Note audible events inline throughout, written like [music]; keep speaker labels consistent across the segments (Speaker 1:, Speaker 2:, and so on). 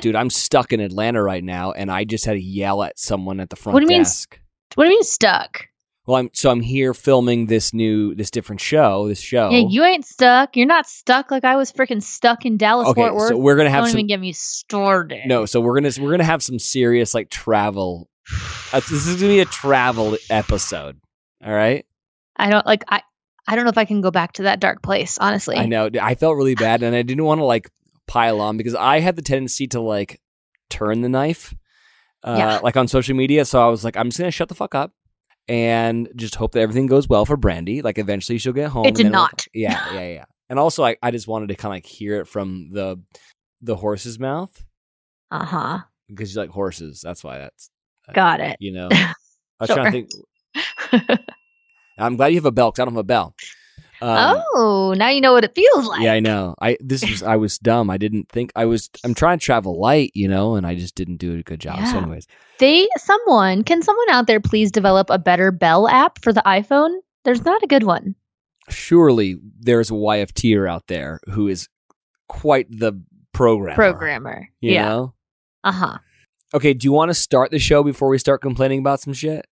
Speaker 1: dude, I'm stuck in Atlanta right now, and I just had to yell at someone at the front
Speaker 2: What do you mean
Speaker 1: desk.
Speaker 2: What do you mean stuck?
Speaker 1: Well, I'm so I'm here filming this new this different show. This show.
Speaker 2: Yeah, you ain't stuck. You're not stuck like I was freaking stuck in Dallas
Speaker 1: okay.
Speaker 2: Fort Worth.
Speaker 1: So we're gonna have
Speaker 2: Don't
Speaker 1: some
Speaker 2: even get me started.
Speaker 1: no. So we're gonna we're gonna have some serious like travel. Uh, this is gonna be a travel episode. All right.
Speaker 2: I don't like I I don't know if I can go back to that dark place, honestly.
Speaker 1: I know. I felt
Speaker 2: [laughs]
Speaker 1: really bad, and I didn't want to like pile on because I had the tendency to like turn the knife, uh,
Speaker 2: Yeah.
Speaker 1: like on social media. So I was like, I'm just gonna shut the fuck up and just hope that everything goes well for Brandy. Like eventually she'll get home.
Speaker 2: It
Speaker 1: and
Speaker 2: did
Speaker 1: then we'll-
Speaker 2: not.
Speaker 1: yeah, yeah, yeah. And also, I, I just wanted to kind of like hear it from the the horse's mouth
Speaker 2: Uh-huh.
Speaker 1: because you like horses. That's why that's
Speaker 2: Got it. [laughs]
Speaker 1: you know. I was trying to
Speaker 2: Sure.
Speaker 1: think. I'm glad you have a bell because I don't have a bell. Um,
Speaker 2: oh, now you know what it feels like.
Speaker 1: Yeah, I know. I this was
Speaker 2: [laughs]
Speaker 1: I was dumb. I didn't think I was. I'm trying to travel light, you know, and I just didn't do a good job. So,
Speaker 2: Yeah.
Speaker 1: anyways,
Speaker 2: They someone can someone out there please develop a better Bell app for the iPhone? There's not a good one.
Speaker 1: surely there's a YFTer out there who is quite the programmer.
Speaker 2: Programmer.
Speaker 1: Uh-huh. you
Speaker 2: yeah.
Speaker 1: know.
Speaker 2: Uh-huh.
Speaker 1: Okay, do you want to start the show before we start complaining about some shit?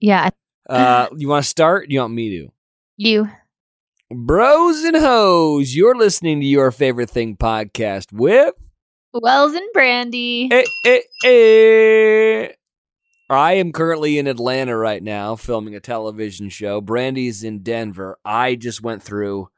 Speaker 2: Yeah. [laughs]
Speaker 1: Uh, you want to start? You want me to?
Speaker 2: You
Speaker 1: Bros and hoes, you're listening to your favorite thing podcast with.
Speaker 2: Wells and Brandy.
Speaker 1: Eh, eh, eh. I am currently in Atlanta right now filming a television show. Brandy's in Denver. I just went through.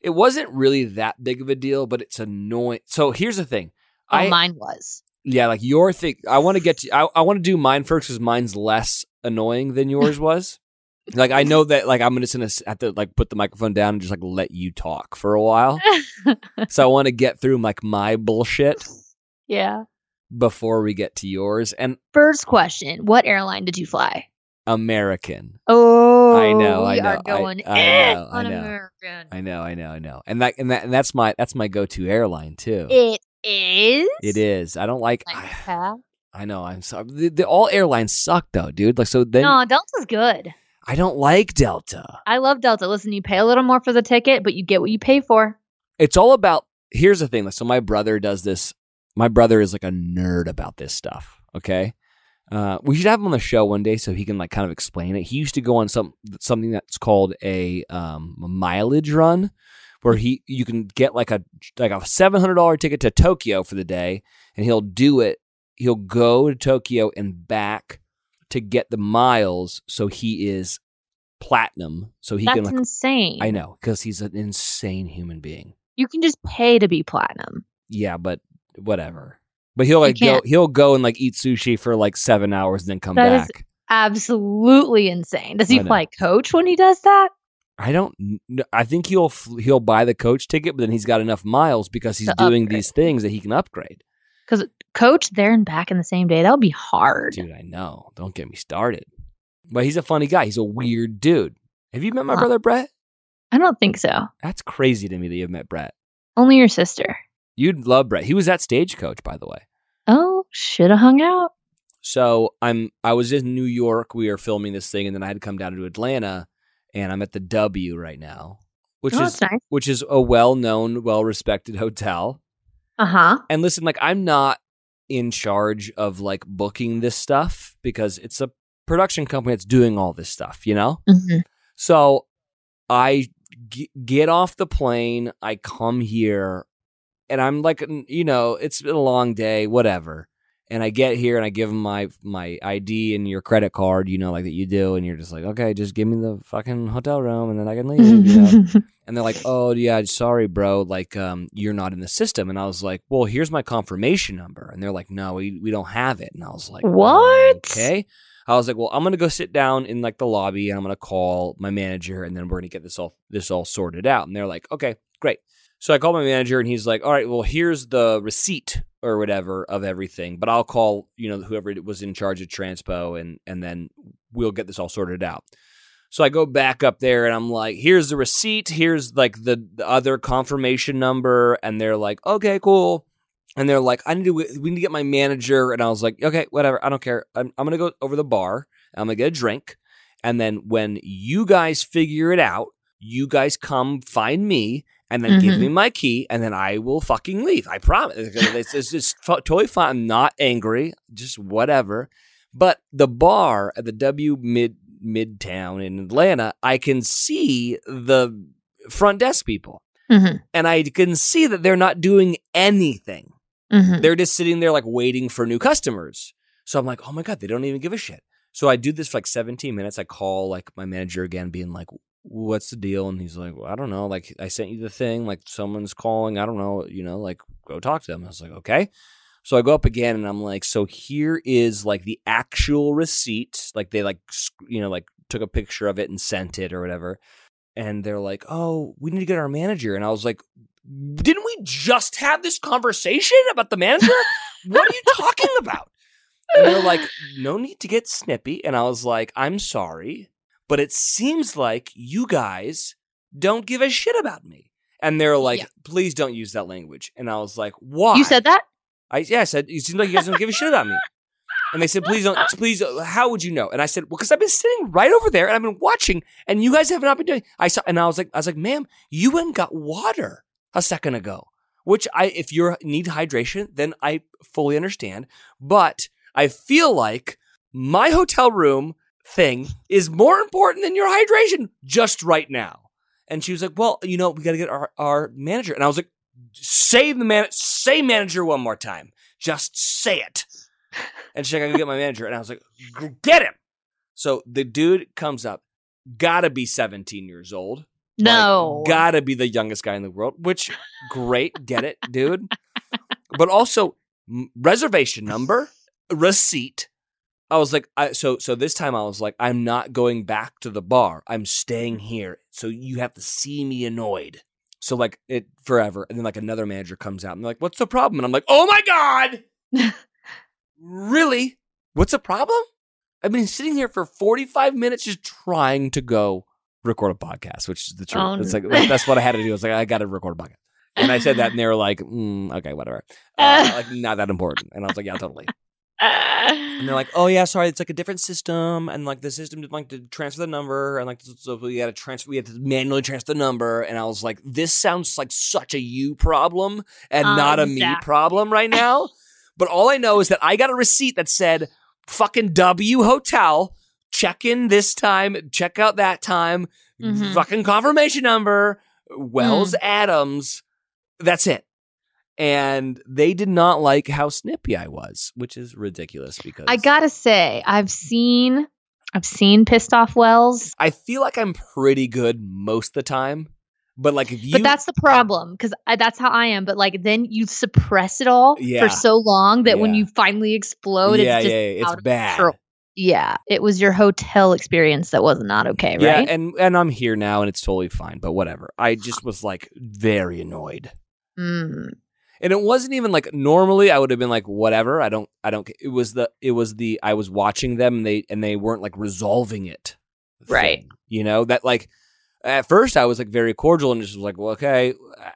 Speaker 1: It wasn't really that big of a deal, but it's annoying. So here's the thing.
Speaker 2: Oh,
Speaker 1: I
Speaker 2: mine was.
Speaker 1: yeah, like your thing. I want to get to. I, I want to do mine first because mine's less annoying than yours was. like I know that. Like I'm just gonna s- have to like put the microphone down and just like let you talk for a while. so I want to get through like my bullshit
Speaker 2: yeah.
Speaker 1: before we get to yours. And
Speaker 2: First question, what airline did you fly?
Speaker 1: American.
Speaker 2: Oh,
Speaker 1: know, I
Speaker 2: we
Speaker 1: know,
Speaker 2: are
Speaker 1: I-
Speaker 2: going
Speaker 1: I
Speaker 2: eh, [laughs]
Speaker 1: know, I
Speaker 2: on
Speaker 1: know.
Speaker 2: American.
Speaker 1: I know, I know, I know. And that and that and that's my that's my go-to airline too.
Speaker 2: It is.
Speaker 1: it is. I don't like.
Speaker 2: Like,
Speaker 1: I,
Speaker 2: huh?
Speaker 1: I know. I'm sorry. The, the, all airlines suck though, dude. Like so then
Speaker 2: no, Delta's good.
Speaker 1: I don't like Delta.
Speaker 2: I love Delta. Listen, you pay a little more for the ticket, but you get what you pay for.
Speaker 1: it's all about here's the thing like, so my brother does this my brother is like a nerd about this stuff okay uh, we should have him on the show one day so he can like kind of explain it he used to go on some something that's called a um, mileage run where he you can get like a like a $700 ticket to tokyo for the day and he'll do it he'll go to tokyo and back to get the miles so he is platinum so he
Speaker 2: That's
Speaker 1: can like
Speaker 2: insane.
Speaker 1: i know because he's an insane human being
Speaker 2: You can just pay to be platinum.
Speaker 1: yeah, but whatever. But he'll like go,
Speaker 2: can't.
Speaker 1: he'll go and like eat sushi for like seven hours and then come
Speaker 2: That is-
Speaker 1: back.
Speaker 2: Absolutely insane. Does
Speaker 1: I
Speaker 2: he
Speaker 1: know.
Speaker 2: fly coach when he does that?
Speaker 1: I don't. kn- I think he'll f- he'll buy the coach ticket, but then he's got enough miles because he's
Speaker 2: To
Speaker 1: doing
Speaker 2: upgrade.
Speaker 1: these things that he can upgrade.
Speaker 2: Coach there and back in the same day. That would be hard.
Speaker 1: Dude, I know. Don't get me started. But he's a funny guy. He's a weird dude. Have you met my
Speaker 2: Huh.
Speaker 1: brother Brett?
Speaker 2: I don't think so.
Speaker 1: That's crazy to me that you've met Brett.
Speaker 2: Only your sister.
Speaker 1: You'd love Brett. He was at Stagecoach, by the way.
Speaker 2: Oh, should have hung out.
Speaker 1: So I'm I was in New York. We were filming this thing, and then I had to come down to Atlanta, and I'm at the W right now, which
Speaker 2: oh,
Speaker 1: is
Speaker 2: that's nice.
Speaker 1: which is a well-known, well-respected hotel.
Speaker 2: Uh huh.
Speaker 1: And listen, like I'm not in charge of like booking this stuff because it's a production company that's doing all this stuff, you know?
Speaker 2: Mm-hmm.
Speaker 1: So I g- get off the plane, I come here, and I'm like, n- you know, it's been a long day, whatever. And I get here and I give them my my ID and your credit card, you know, like that you do, and you're just like, okay, just give me the fucking hotel room and then I can leave,
Speaker 2: [laughs]
Speaker 1: you
Speaker 2: Mm-hmm.
Speaker 1: know? And they're like, "Oh yeah, sorry, bro. Like, um, you're not in the system." And I was like, "Well, here's my confirmation number." And they're like, "No, we we don't have it." And I was like,
Speaker 2: What?
Speaker 1: Okay." I was like, "Well, I'm gonna go sit down in like the lobby, and I'm gonna call my manager, and then we're gonna get this all this all sorted out." And they're like, "Okay, great." So I call my manager, and he's like, "All right, well, here's the receipt or whatever of everything, but I'll call you know whoever was in charge of transpo, and and then we'll get this all sorted out." So I go back up there and I'm like, here's the receipt, here's like the, the other confirmation number, and they're like, okay, cool. And they're like, I need to we need to get my manager, and I was like, okay, whatever, I don't care. I'm I'm gonna go over the bar, I'm gonna get a drink, and then when you guys figure it out, you guys come find me, and then give me my key, and then I will fucking leave. I promise. It's, it's, it's f- totally fine. I'm not angry. Just whatever. But the bar at the W Mid Midtown in Atlanta, I can see the front desk people,
Speaker 2: Mhm.
Speaker 1: and I can see that they're not doing anything.
Speaker 2: Mhm.
Speaker 1: They're just sitting there like waiting for new customers. So I'm like, oh my god, they don't even give a shit. So I do this for like 17 minutes. I call like my manager again, being like, what's the deal? And he's like, well, I don't know. Like, I sent you the thing. Like, someone's calling. I don't know. You know, like, go talk to them. I was like, okay. So I go up again and I'm like, so here is like the actual receipt. Like, they like, sc- you know, like took a picture of it and sent it or whatever. And they're like, oh, we need to get our manager. And I was like, didn't we just have this conversation about the manager? what are you talking about? And they're like, no need to get snippy. And I was like, I'm sorry but it seems like you guys don't give a shit about me. And they're like,
Speaker 2: Yeah.
Speaker 1: please don't use that language. And I was like, why?
Speaker 2: You said that?
Speaker 1: I, yeah, I said, you seem like you guys don't give a shit about me. And they said, please don't, please, uh, how would you know? And I said, well, because I've been sitting right over there and I've been watching and you guys have not been doing, I saw, and I was like, I was like, ma'am, you went and got water a second ago, which I, if you need hydration, then I fully understand. But I feel like my hotel room thing is more important than your hydration just right now. And she was like, well, you know, we got to get our, our manager. And I was like, say the man, say manager one more time just say it. And she's like, I can get my manager. And I was like, "G- get him. So the dude comes up, gotta be 17 years old.
Speaker 2: No.
Speaker 1: Like, gotta be the youngest guy in the world, which great, get it, dude. But also m- reservation number, receipt. I was like, I, so so this time I was like, I'm not going back to the bar. I'm staying here. So you have to see me annoyed. So like it forever. And then like another manager comes out and they're like, what's the problem? And I'm like, oh my God. really? What's the problem? I've been sitting here for 45 minutes just trying to go record a podcast, which is the truth.
Speaker 2: Oh,
Speaker 1: it's
Speaker 2: no.
Speaker 1: like that's what I had to do. I was like, I gotta record a podcast. And I said that and they were like, mm, okay, whatever. Uh, like not that important. And I was like, yeah, totally.
Speaker 2: Uh,
Speaker 1: And they're like, oh yeah, sorry, it's like a different system, and like the system didn't like to transfer the number, and like so we had to transfer, we had to manually transfer the number, and I was like, this sounds like such a you problem and not a me
Speaker 2: Exactly.
Speaker 1: problem right now. but all I know is that I got a receipt that said fucking W Hotel, check in this time, check out that time,
Speaker 2: Mhm.
Speaker 1: fucking confirmation number, Wells Adams. That's it. And they did not like how snippy I was, which is ridiculous because
Speaker 2: I gotta say, I've seen I've seen pissed off Wells,
Speaker 1: I feel like I'm pretty good most of the time, but like if you
Speaker 2: but that's the problem because that's how I am. But like then you suppress it all
Speaker 1: Yeah.
Speaker 2: for so long that when
Speaker 1: Yeah.
Speaker 2: you finally explode,
Speaker 1: yeah,
Speaker 2: it's just
Speaker 1: yeah, yeah,
Speaker 2: out
Speaker 1: it's
Speaker 2: of
Speaker 1: bad.
Speaker 2: control. Yeah, it was your hotel experience that was not okay, right?
Speaker 1: Yeah, eh and and I'm here now and it's totally fine, but whatever. I just was like very annoyed.
Speaker 2: Mm.
Speaker 1: And it wasn't even like normally I would have been like whatever, I don't I don't ca- it was the it was the I was watching them and they and they weren't like resolving it.
Speaker 2: Right.
Speaker 1: thing, you know, that like at first I was like very cordial and just was like, "Well, okay,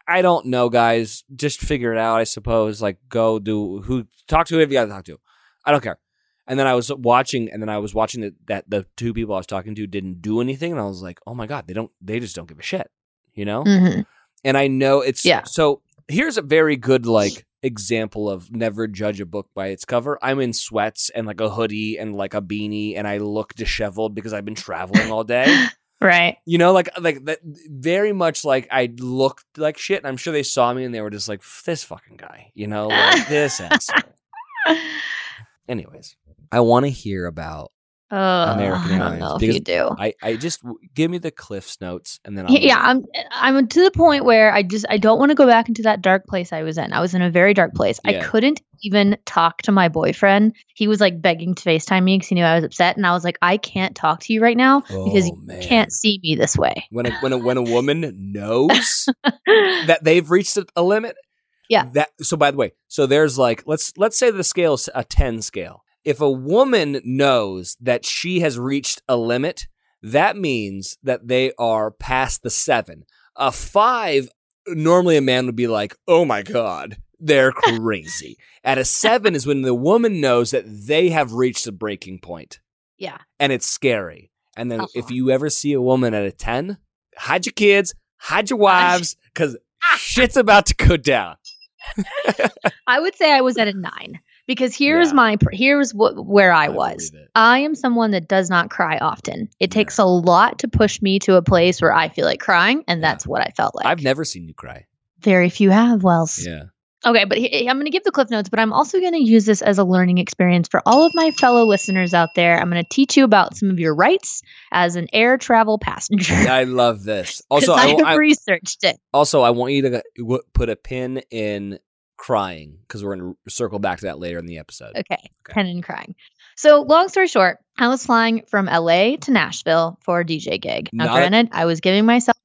Speaker 1: I don't know, guys. Just figure it out, I suppose. Like go do who talk to whoever you got to talk to. I don't care." And then I was watching, and then I was watching that, that the two people I was talking to didn't do anything, and I was like, "Oh my god, they don't. They just don't give a shit," you know.
Speaker 2: Mhm.
Speaker 1: And I know it's
Speaker 2: Yeah.
Speaker 1: So here's a very good like example of never judge a book by its cover. I'm in sweats and like a hoodie and like a beanie, and I look disheveled because I've been traveling all day.
Speaker 2: [laughs] [laughs] Right.
Speaker 1: You know, like like that very much like I looked like shit, and I'm sure they saw me and they were just like, this fucking guy, you know,
Speaker 2: [laughs]
Speaker 1: like this asshole. Anyways, I want to hear about
Speaker 2: Oh,
Speaker 1: American
Speaker 2: I don't
Speaker 1: Airlines,
Speaker 2: know if
Speaker 1: because
Speaker 2: you do.
Speaker 1: I I just give me the Cliff's notes and then I'll
Speaker 2: Yeah, yeah, I'm I'm to the point where I just I don't want to go back into that dark place I was in. I was in a very dark place. I
Speaker 1: Yeah.
Speaker 2: couldn't even talk to my boyfriend. He was like begging to FaceTime me because he knew I was upset, and I was like, I can't talk to you right now because
Speaker 1: Oh,
Speaker 2: you
Speaker 1: man.
Speaker 2: can't see me this way.
Speaker 1: when a, when a, when a woman knows that they've reached a- a limit.
Speaker 2: Yeah.
Speaker 1: That so by the way, so there's like let's let's say the scale's a 10 scale. If a woman knows that she has reached a limit, that means that they are past the 7. A 5 normally a man would be like, "Oh my god,
Speaker 2: [laughs]
Speaker 1: they're crazy." At a 7 is when the woman knows that they have reached a breaking point
Speaker 2: yeah,
Speaker 1: and it's scary. And then
Speaker 2: Uh-huh. [laughs]
Speaker 1: if you ever see a woman at a 10, hide your kids, hide your wives, because
Speaker 2: Ah.
Speaker 1: shit's about to go down.
Speaker 2: I would say I was at a nine because here's
Speaker 1: Yeah.
Speaker 2: my pr- here's what where I was.
Speaker 1: believe it.
Speaker 2: I am someone that does not cry often. It
Speaker 1: Yeah.
Speaker 2: takes a lot to push me to a place where I feel like crying, and
Speaker 1: Yeah.
Speaker 2: that's what I felt like.
Speaker 1: I've never seen you
Speaker 2: [laughs]
Speaker 1: cry.
Speaker 2: Very few have, Wells.
Speaker 1: Yeah.
Speaker 2: Okay, but he- I'm going to give the cliff notes, but I'm also going to use this as a learning experience for all of my fellow listeners out there. I'm going to teach you about some of your rights as an air travel passenger. [laughs]
Speaker 1: I love this.
Speaker 2: 'Cause
Speaker 1: Also, I,
Speaker 2: I,
Speaker 1: w- I-
Speaker 2: have researched it.
Speaker 1: also I want you to w- put a pin in crying because we're going to circle back to that later in the episode.
Speaker 2: Okay. Pen and crying. So, long story short, I was flying from LA to Nashville for a DJ gig. Now,
Speaker 1: Not a-
Speaker 2: granted, I was giving myself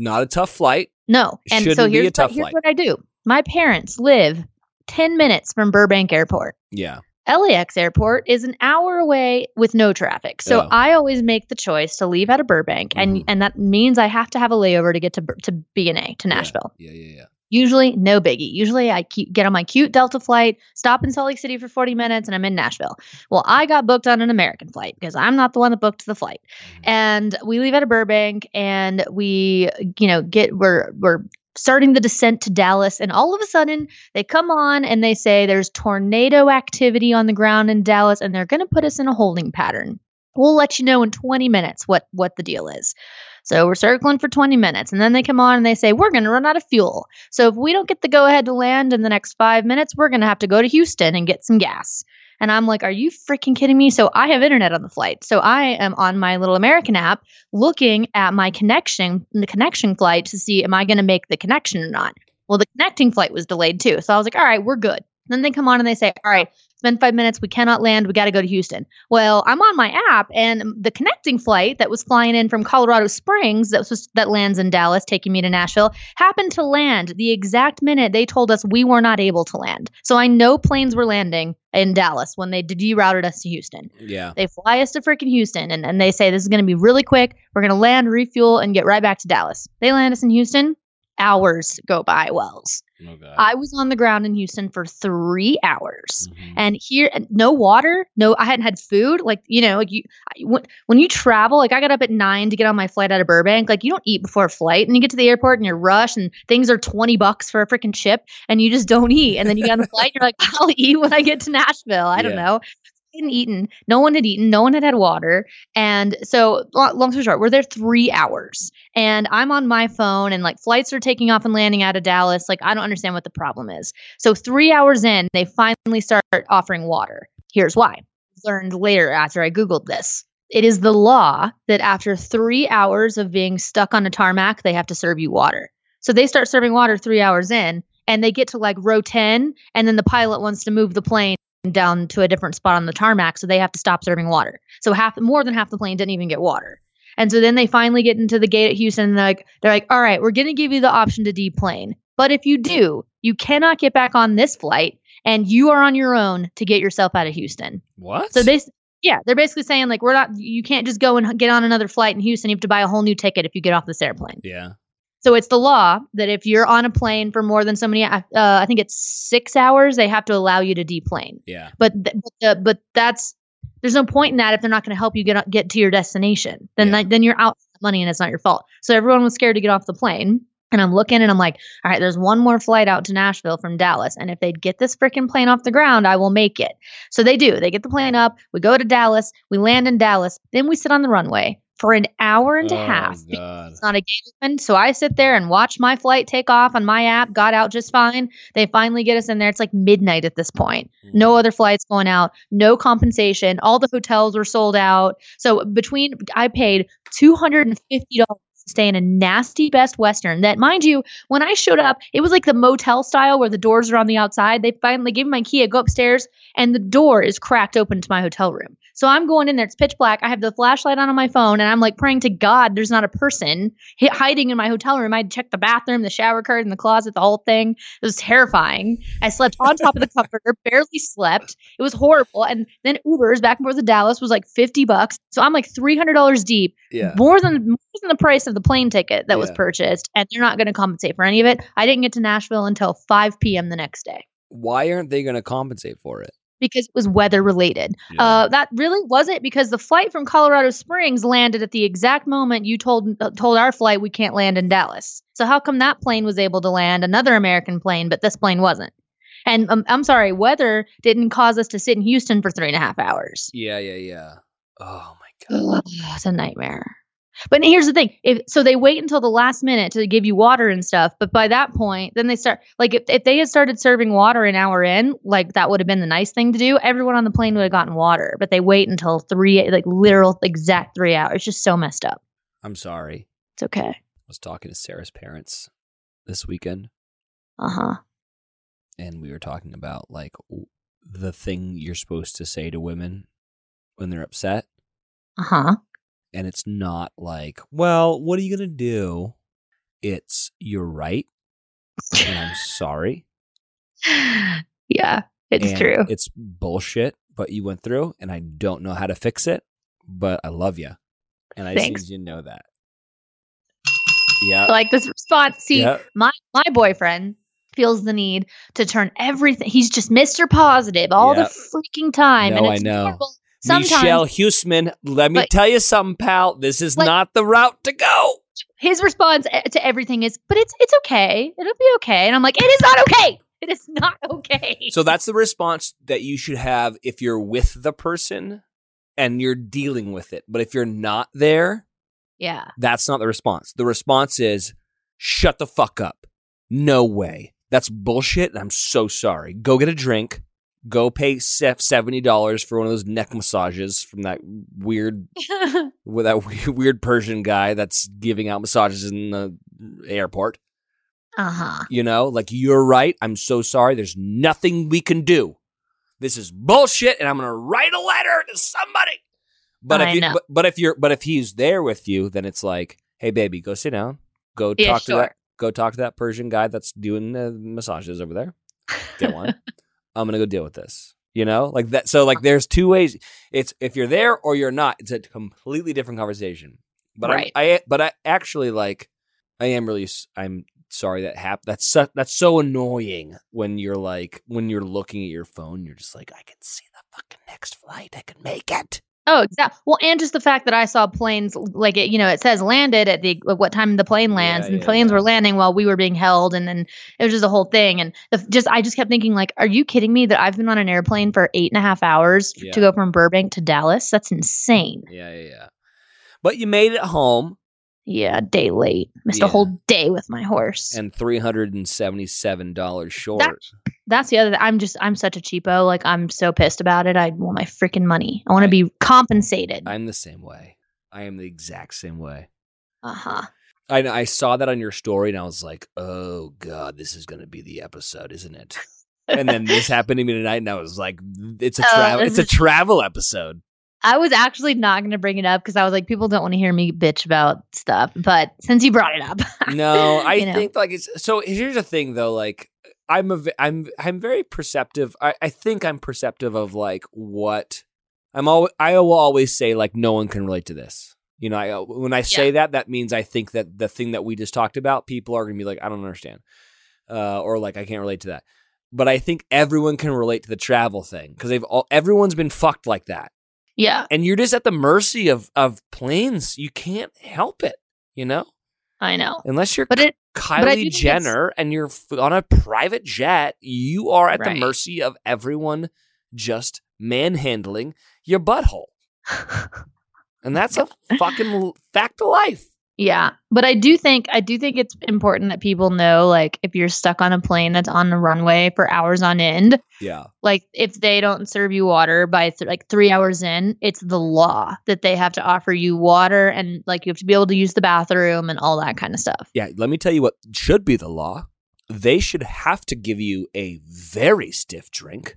Speaker 1: Not a tough flight.
Speaker 2: no. And so
Speaker 1: Shouldn't be a
Speaker 2: here's, what-
Speaker 1: tough
Speaker 2: here's
Speaker 1: flight.
Speaker 2: what I do my parents live 10 minutes from Burbank Airport.
Speaker 1: Yeah.
Speaker 2: LAX airport is an hour away with no traffic. So
Speaker 1: Oh.
Speaker 2: I always make the choice to leave out of Burbank
Speaker 1: Mhm.
Speaker 2: and and that means I have to have a layover to get to Bur- to B&A to
Speaker 1: Yeah.
Speaker 2: Nashville.
Speaker 1: Yeah. Yeah. Yeah.
Speaker 2: Usually no biggie. Usually I keep, get on my cute Delta flight, stop in Salt Lake City for 40 minutes and I'm in Nashville. Well, I got booked on an American flight because I'm not the one that booked the flight.
Speaker 1: Mhm.
Speaker 2: And we leave out of Burbank and we you know get we're we're starting the descent to Dallas and all of a sudden they come on and they say there's tornado activity on the ground in Dallas and they're going to put us in a holding pattern. We'll let you know in 20 minutes what what the deal is. So we're circling for 20 minutes and then they come on and they say we're going to run out of fuel. So if we don't get the go ahead to land in the next 5 minutes, we're going to have to go to Houston and get some gas. And I'm like, are you freaking kidding me? So I have internet on the flight. So I am on my little American app looking at my connection, the connection flight to see am I going to make the connection or not. Well, the connecting flight was delayed too. So I was like, all right, we're good. Then they come on and they say, all right, it's been five minutes. We cannot land. We got to go to Houston. Well, I'm on my app and the connecting flight that was flying in from Colorado Springs that was that lands in Dallas, taking me to Nashville, happened to land the exact minute they told us we were not able to land. So I know planes were landing in Dallas when they derouted us to Houston.
Speaker 1: Yeah.
Speaker 2: They fly us to freaking Houston and, and they say this is going to be really quick. We're going to land, refuel, and get right back to Dallas. They land us in Houston. Hours go by, Wells.
Speaker 1: Oh, God.
Speaker 2: I was on the ground in Houston for three hours.
Speaker 1: Mhm.
Speaker 2: And here, and no water, no, I hadn't had food. Like, you know, like you, I- when, when you travel, like I got up at nine to get on my flight out of Burbank. Like, you don't eat before a flight and you get to the airport and you're rushed and things are 20 bucks for a freaking chip and you just don't eat. And then you get on the flight, you're like, [laughs] I'll eat when I get to Nashville. I don't
Speaker 1: Yeah.
Speaker 2: know. I hadn't eaten. No one had eaten. No one had had water. And so, lo- long story short, we're there three hours and I'm on my phone and like flights are taking off and landing out of Dallas. Like, I don't understand what the problem is. So, three hours in, they finally start offering water. Here's why. Learned later after I Googled this. It is the law that after three hours of being stuck on a tarmac, they have to serve you water. So, they start serving water three hours in and they get to like row 10, and then the pilot wants to move the plane down to a different spot on the tarmac. So, they have to stop serving water. So, half more than half the plane didn't even get water. And so then they finally get into the gate at Houston and they're like, they're like, all right, we're gonna give you the option to deplane. But if you do, you cannot get back on this flight and you are on your own to get yourself out of Houston.
Speaker 1: what?
Speaker 2: So they s- yeah, they're basically saying like we're not you can't just go and get on another flight in Houston. You have to buy a whole new ticket if you get off this airplane.
Speaker 1: Yeah.
Speaker 2: So it's the law that if you're on a plane for more than so many uh, I think it's 6 hours, they have to allow you to deplane.
Speaker 1: Yeah.
Speaker 2: But th- but, the, but that's there's no point in that if they're not going to help you get get to your destination. Then
Speaker 1: Yeah.
Speaker 2: that- then you're out money and it's not your fault. So everyone was scared to get off the plane. And I'm looking and I'm like, all right, there's one more flight out to Nashville from Dallas. And if they'd get this freaking plane off the ground, I will make it. So they do. They get the plane up. We go to Dallas. We land in Dallas. Then we sit on the runway for an hour and a
Speaker 1: Oh,
Speaker 2: half
Speaker 1: God.
Speaker 2: it's not a gate open. So I sit there and watch my flight take off on my app, got out just fine. They finally get us in there. It's like midnight at this point. No
Speaker 1: Mm-hmm.
Speaker 2: other flights going out, no compensation. All the hotels were sold out. So between, I paid $250 to stay in a nasty Best Western that, mind you, when I showed up, it was like the motel style where the doors are on the outside. They finally gave me my key. I go upstairs and the door is cracked open to my hotel room. So I'm going in there. It's pitch black. I have the flashlight on on my phone and I'm like praying to God there's not a person hi- hiding in my hotel room. I checked the bathroom, the shower curtain, the closet, the whole thing. It was terrifying. I slept on top of the
Speaker 1: [laughs]
Speaker 2: comforter, barely slept. It was horrible. And then Ubers back and forth to Dallas was like 50 bucks. So I'm like $300 deep
Speaker 1: Yeah.
Speaker 2: more than more than the price of the plane ticket that was
Speaker 1: Yeah.
Speaker 2: purchased, and they're not going to compensate for any of it. I didn't get to Nashville until 5 p.m. the next day.
Speaker 1: Why aren't they going to compensate for it?
Speaker 2: because it was weather related.
Speaker 1: Yeah.
Speaker 2: Uh, that really wasn't because the flight from Colorado Springs landed at the exact moment you told uh, told our flight we can't land in Dallas. So how come that plane was able to land another American plane, but this plane wasn't? And um, I'm sorry, weather didn't cause us to sit in Houston for three and a half hours.
Speaker 1: yeah, yeah, yeah. Oh my god.
Speaker 2: Ugh, it's a nightmare. But here's the thing: if so, they wait until the last minute to give you water and stuff. But by that point, then they start like if, if they had started serving water an hour in, like that would have been the nice thing to do. Everyone on the plane would have gotten water, but they wait until three, like literal exact three hours. It's just so messed up.
Speaker 1: I'm sorry.
Speaker 2: It's okay.
Speaker 1: I was talking to Sarah's parents this weekend,
Speaker 2: Uh huh.
Speaker 1: and we were talking about like w- the thing you're supposed to say to women when they're upset,
Speaker 2: Uh huh.
Speaker 1: and it's not like, "Well, what are you gonna do?" It's "You're right," and
Speaker 2: [laughs]
Speaker 1: I'm sorry.
Speaker 2: [sighs] yeah, it's
Speaker 1: and
Speaker 2: true.
Speaker 1: It's bullshit, but you went through, and I don't know how to fix it, but I love you, and I just
Speaker 2: Thanks.
Speaker 1: need you to know that.
Speaker 2: I
Speaker 1: Yeah.
Speaker 2: like this response. See,
Speaker 1: yeah.
Speaker 2: my my boyfriend feels the need to turn everything. He's just Mr. Positive all
Speaker 1: Yeah.
Speaker 2: the freaking time.
Speaker 1: No,
Speaker 2: and
Speaker 1: I
Speaker 2: it's
Speaker 1: know.
Speaker 2: Horrible. Sometimes
Speaker 1: Michelle Huseman, let me
Speaker 2: But-
Speaker 1: tell you something, pal. This is
Speaker 2: Like-
Speaker 1: not the route to go.
Speaker 2: his response e- to everything is, "But it's it's okay. It'll be okay." And I'm like, "It is not okay. It is not okay."
Speaker 1: So that's the response that you should have if you're with the person and you're dealing with it. But if you're not there,
Speaker 2: yeah, [laughs]
Speaker 1: that's not the response. The response is shut the fuck up. No way. That's bullshit. And I'm so sorry. Go get a drink. Go pay se- $70 for one of those neck massages from that weird with that [laughs] we- weird Persian guy that's giving out massages in the airport.
Speaker 2: uh huh.
Speaker 1: You know, like you're right. I'm so sorry. There's nothing we can do. This is bullshit, and I'm gonna write a letter to somebody. But
Speaker 2: Oh, I
Speaker 1: if you,
Speaker 2: know.
Speaker 1: but, but if you're, but if he's there with you, then it's like, hey, baby, go sit down. Go
Speaker 2: Yeah,
Speaker 1: talk to that.
Speaker 2: sure.
Speaker 1: Go talk to that Persian guy that's doing the massages over there. Get [laughs] one. I'm gonna go deal with this. You know, like that. So like, there's two ways. It's if you're there or you're not. It's a completely different conversation. But
Speaker 2: Right.
Speaker 1: I, I, but I actually like. I am really. s- I'm sorry that happened. That's su- that's so annoying when you're like when you're looking at your phone. You're just like, I can see the fucking next flight. I can make it.
Speaker 2: Oh, exactly. Well, and just the fact that I saw planes, like it, you know, it says landed at the at what time the plane lands,
Speaker 1: Yeah,
Speaker 2: and
Speaker 1: yeah,
Speaker 2: planes
Speaker 1: yeah.
Speaker 2: were landing while we were being held, and then it was just a whole thing. And the, just I just kept thinking, like, are you kidding me that I've been on an airplane for eight and a half hours
Speaker 1: Yeah.
Speaker 2: to go from Burbank to Dallas? That's insane.
Speaker 1: Yeah, yeah, yeah. But you made it home,
Speaker 2: Yeah, a day late. Missed
Speaker 1: Yeah.
Speaker 2: a whole day with my horse.
Speaker 1: and three hundred and seventy-seven dollars short.
Speaker 2: That's the other. Thing. I'm just I'm such a cheapo. Like I'm so pissed about it. I want my freaking money. I want
Speaker 1: I-
Speaker 2: to be compensated.
Speaker 1: I'm the same way. I am the exact same way.
Speaker 2: Uh huh.
Speaker 1: I I saw that on your story and I was like, oh god, this is gonna be the episode, isn't it? And then
Speaker 2: [laughs]
Speaker 1: this happened to me tonight, and I was like, it's a
Speaker 2: Oh,
Speaker 1: travel,
Speaker 2: this
Speaker 1: it's a
Speaker 2: is-
Speaker 1: travel episode.
Speaker 2: I was actually not going to bring it up because I was like, people don't want to hear me bitch about stuff. But since you brought it up, [laughs]
Speaker 1: No, I
Speaker 2: You know.
Speaker 1: think like it's so. Here's the thing, though. Like, I'm a ve- I'm I'm very perceptive. I I think I'm perceptive of like what I'm al- I will always say like no one can relate to this. You know, I, uh, when I say that, that means I think that the thing that we just talked about, people are gonna be like, I don't understand, uh, or like I can't relate to that. But I think everyone can relate to the travel thing because they've all everyone's been fucked like that,
Speaker 2: yeah,
Speaker 1: and you're just at the mercy of of planes. You can't help it, you know,
Speaker 2: I know.
Speaker 1: unless you're
Speaker 2: But it [laughs] I do
Speaker 1: Kylie
Speaker 2: think it's-
Speaker 1: Jenner and you're f- on a private jet, you are at the
Speaker 2: Right.
Speaker 1: mercy of everyone just manhandling your butthole. And that's
Speaker 2: [laughs]
Speaker 1: a fucking l- fact of life.
Speaker 2: yeah, but I do think I do think it's important that people know, like, if you're stuck on a plane that's on the runway for hours on end,
Speaker 1: Yeah.
Speaker 2: like if they don't serve you water by th- like three hours in, it's the law that they have to offer you water and like you have to be able to use the bathroom and all that kind of stuff.
Speaker 1: Yeah. Let me tell you what should be the law. They should have to give you a very stiff drink,